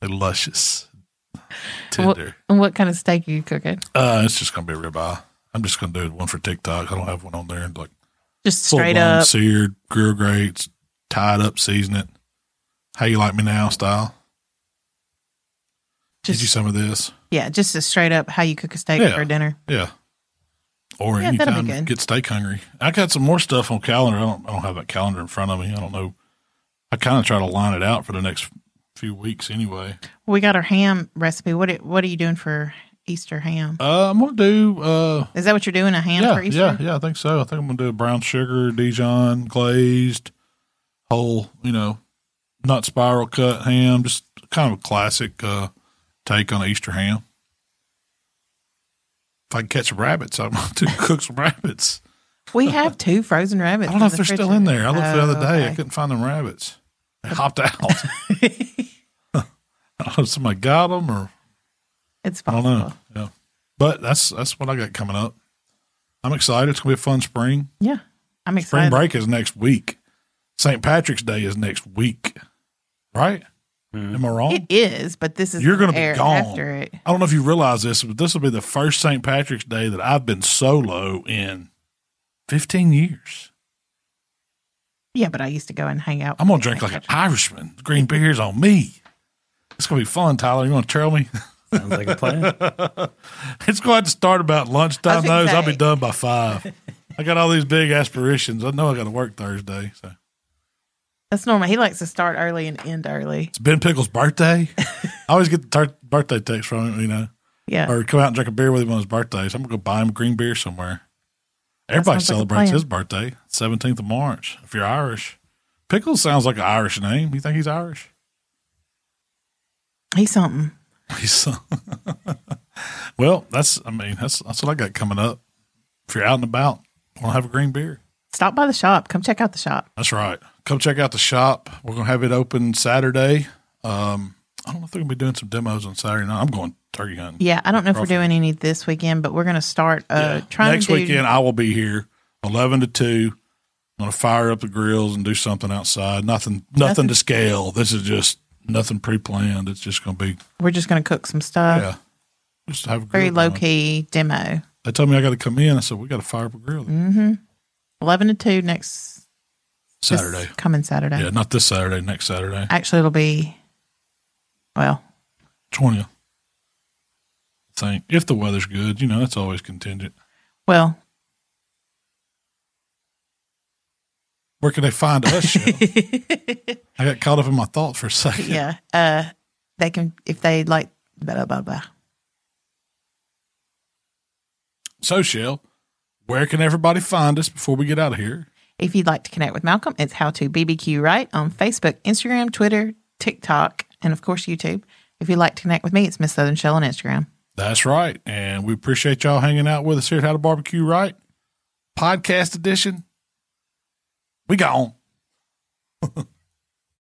B: They're luscious,
C: what,
B: tender.
C: and what kind of steak are you cooking?
B: Uh, it's just going to be a ribeye. I'm just going to do one for TikTok. I don't have one on there. Like
C: Just
B: full
C: straight
B: blown
C: up.
B: seared, grill grates, tied up, season it. How you like me now style? Did you
C: Just,
B: some of this?
C: yeah, just a straight up how you cook a steak
B: Yeah.
C: for dinner.
B: Yeah. Or
C: Yeah, that'll
B: anytime
C: be
B: you
C: good.
B: get steak hungry. I got some more stuff on calendar. I don't I don't have that calendar in front of me. I don't know. I kind of try to line it out for the next few weeks anyway.
C: We got our ham recipe. What it- what are you doing for Easter ham?
B: Uh, I'm gonna do uh
C: Is that what you're doing? A ham
B: yeah,
C: for Easter?
B: yeah, yeah, I think so. I think I'm gonna do a brown sugar, Dijon, glazed, whole, you know, not spiral cut ham, just kind of a classic uh take on Easter ham. If I can catch some rabbits, <laughs> I'm going to cook some rabbits.
C: We have two frozen rabbits.
B: I don't know
C: in
B: if
C: the
B: they're still in there. I looked the
C: Oh,
B: other day. I
C: okay.
B: couldn't find them rabbits. They hopped
C: <laughs>
B: out. <laughs> I don't know if somebody got them or
C: It's
B: I don't
C: possible.
B: know. Yeah. But that's that's what I got coming up. I'm excited. It's going to be a fun spring.
C: Yeah, I'm
B: Spring
C: excited.
B: break is next week. St. Patrick's Day is next week, right? Am I wrong?
C: It is, but this is
B: You're
C: going to
B: be gone.
C: after it.
B: I don't know if you realize this, but this will be the first St. Patrick's Day that I've been solo in 15 years.
C: Yeah, but I used to go and hang out.
B: I'm gonna
C: with
B: drink
C: St.
B: like an Irishman. Green beer's on me. It's gonna be fun, Tyler. You want to trail me? <laughs>
D: Sounds like a plan.
B: It's going to start about lunchtime.
C: was gonna
B: Those I'll be
C: say.
B: done by five. I got all these big aspirations. I know I got to work Thursday. So
C: That's normal. He likes to start early and end early.
B: it's Ben Pickle's
C: <laughs>
B: birthday. I always get the tar- birthday text from him. You know.
C: Yeah.
B: or come out and drink a beer with him on his birthday. So I'm gonna go buy him a green beer somewhere. Everybody
C: sounds like a
B: celebrates
C: plan.
B: his birthday, seventeenth of March. If you're Irish, Pickles sounds like an Irish name. You think he's Irish?
C: He's something.
B: <laughs> He's- <laughs> well, that's I mean that's that's what I got coming up. If you're out and about, want to have a green beer,
C: Stop by the shop. Come check out the shop.
B: that's right. Come check out the shop. We're gonna have it open Saturday. Um, I don't know if they're gonna be doing some demos on Saturday night. I'm going turkey hunting.
C: Yeah, I don't know if we're
B: Crawford.
C: doing any this weekend, but we're going to start uh, trying
B: Next
C: to do,
B: weekend I will be here, eleven to two. I'm gonna fire up the grills and do something outside. Nothing, nothing, to scale. This is just nothing pre-planned. It's just gonna be
C: We're just going to cook some stuff.
B: yeah, just have a grill
C: Uh, Very low
B: going.
C: key demo.
B: They told me I got to come in. I said we got to fire up a grill
C: Eleven to two next Mm, this
B: Saturday.
C: coming Saturday.
B: Yeah, not this Saturday. Next Saturday,
C: Actually, it'll be well.
B: twentieth. I think if the weather's good, you know that's always contingent.
C: Well,
B: Where can they find us?
C: <laughs>
B: Cheryl? I got caught up in my thoughts for a second.
C: yeah. Uh, they can if they like. Blah blah blah. blah.
B: So, Shell, where can everybody find us before we get out of here?
C: If you'd like to connect with Malcolm, it's How to BBQ Right on Facebook, Instagram, Twitter, TikTok, and of course YouTube. If you'd like to connect with me, it's Miss Southern Shell on Instagram.
B: That's right, and we appreciate y'all hanging out with us here at How to Barbecue Right podcast edition. We gone.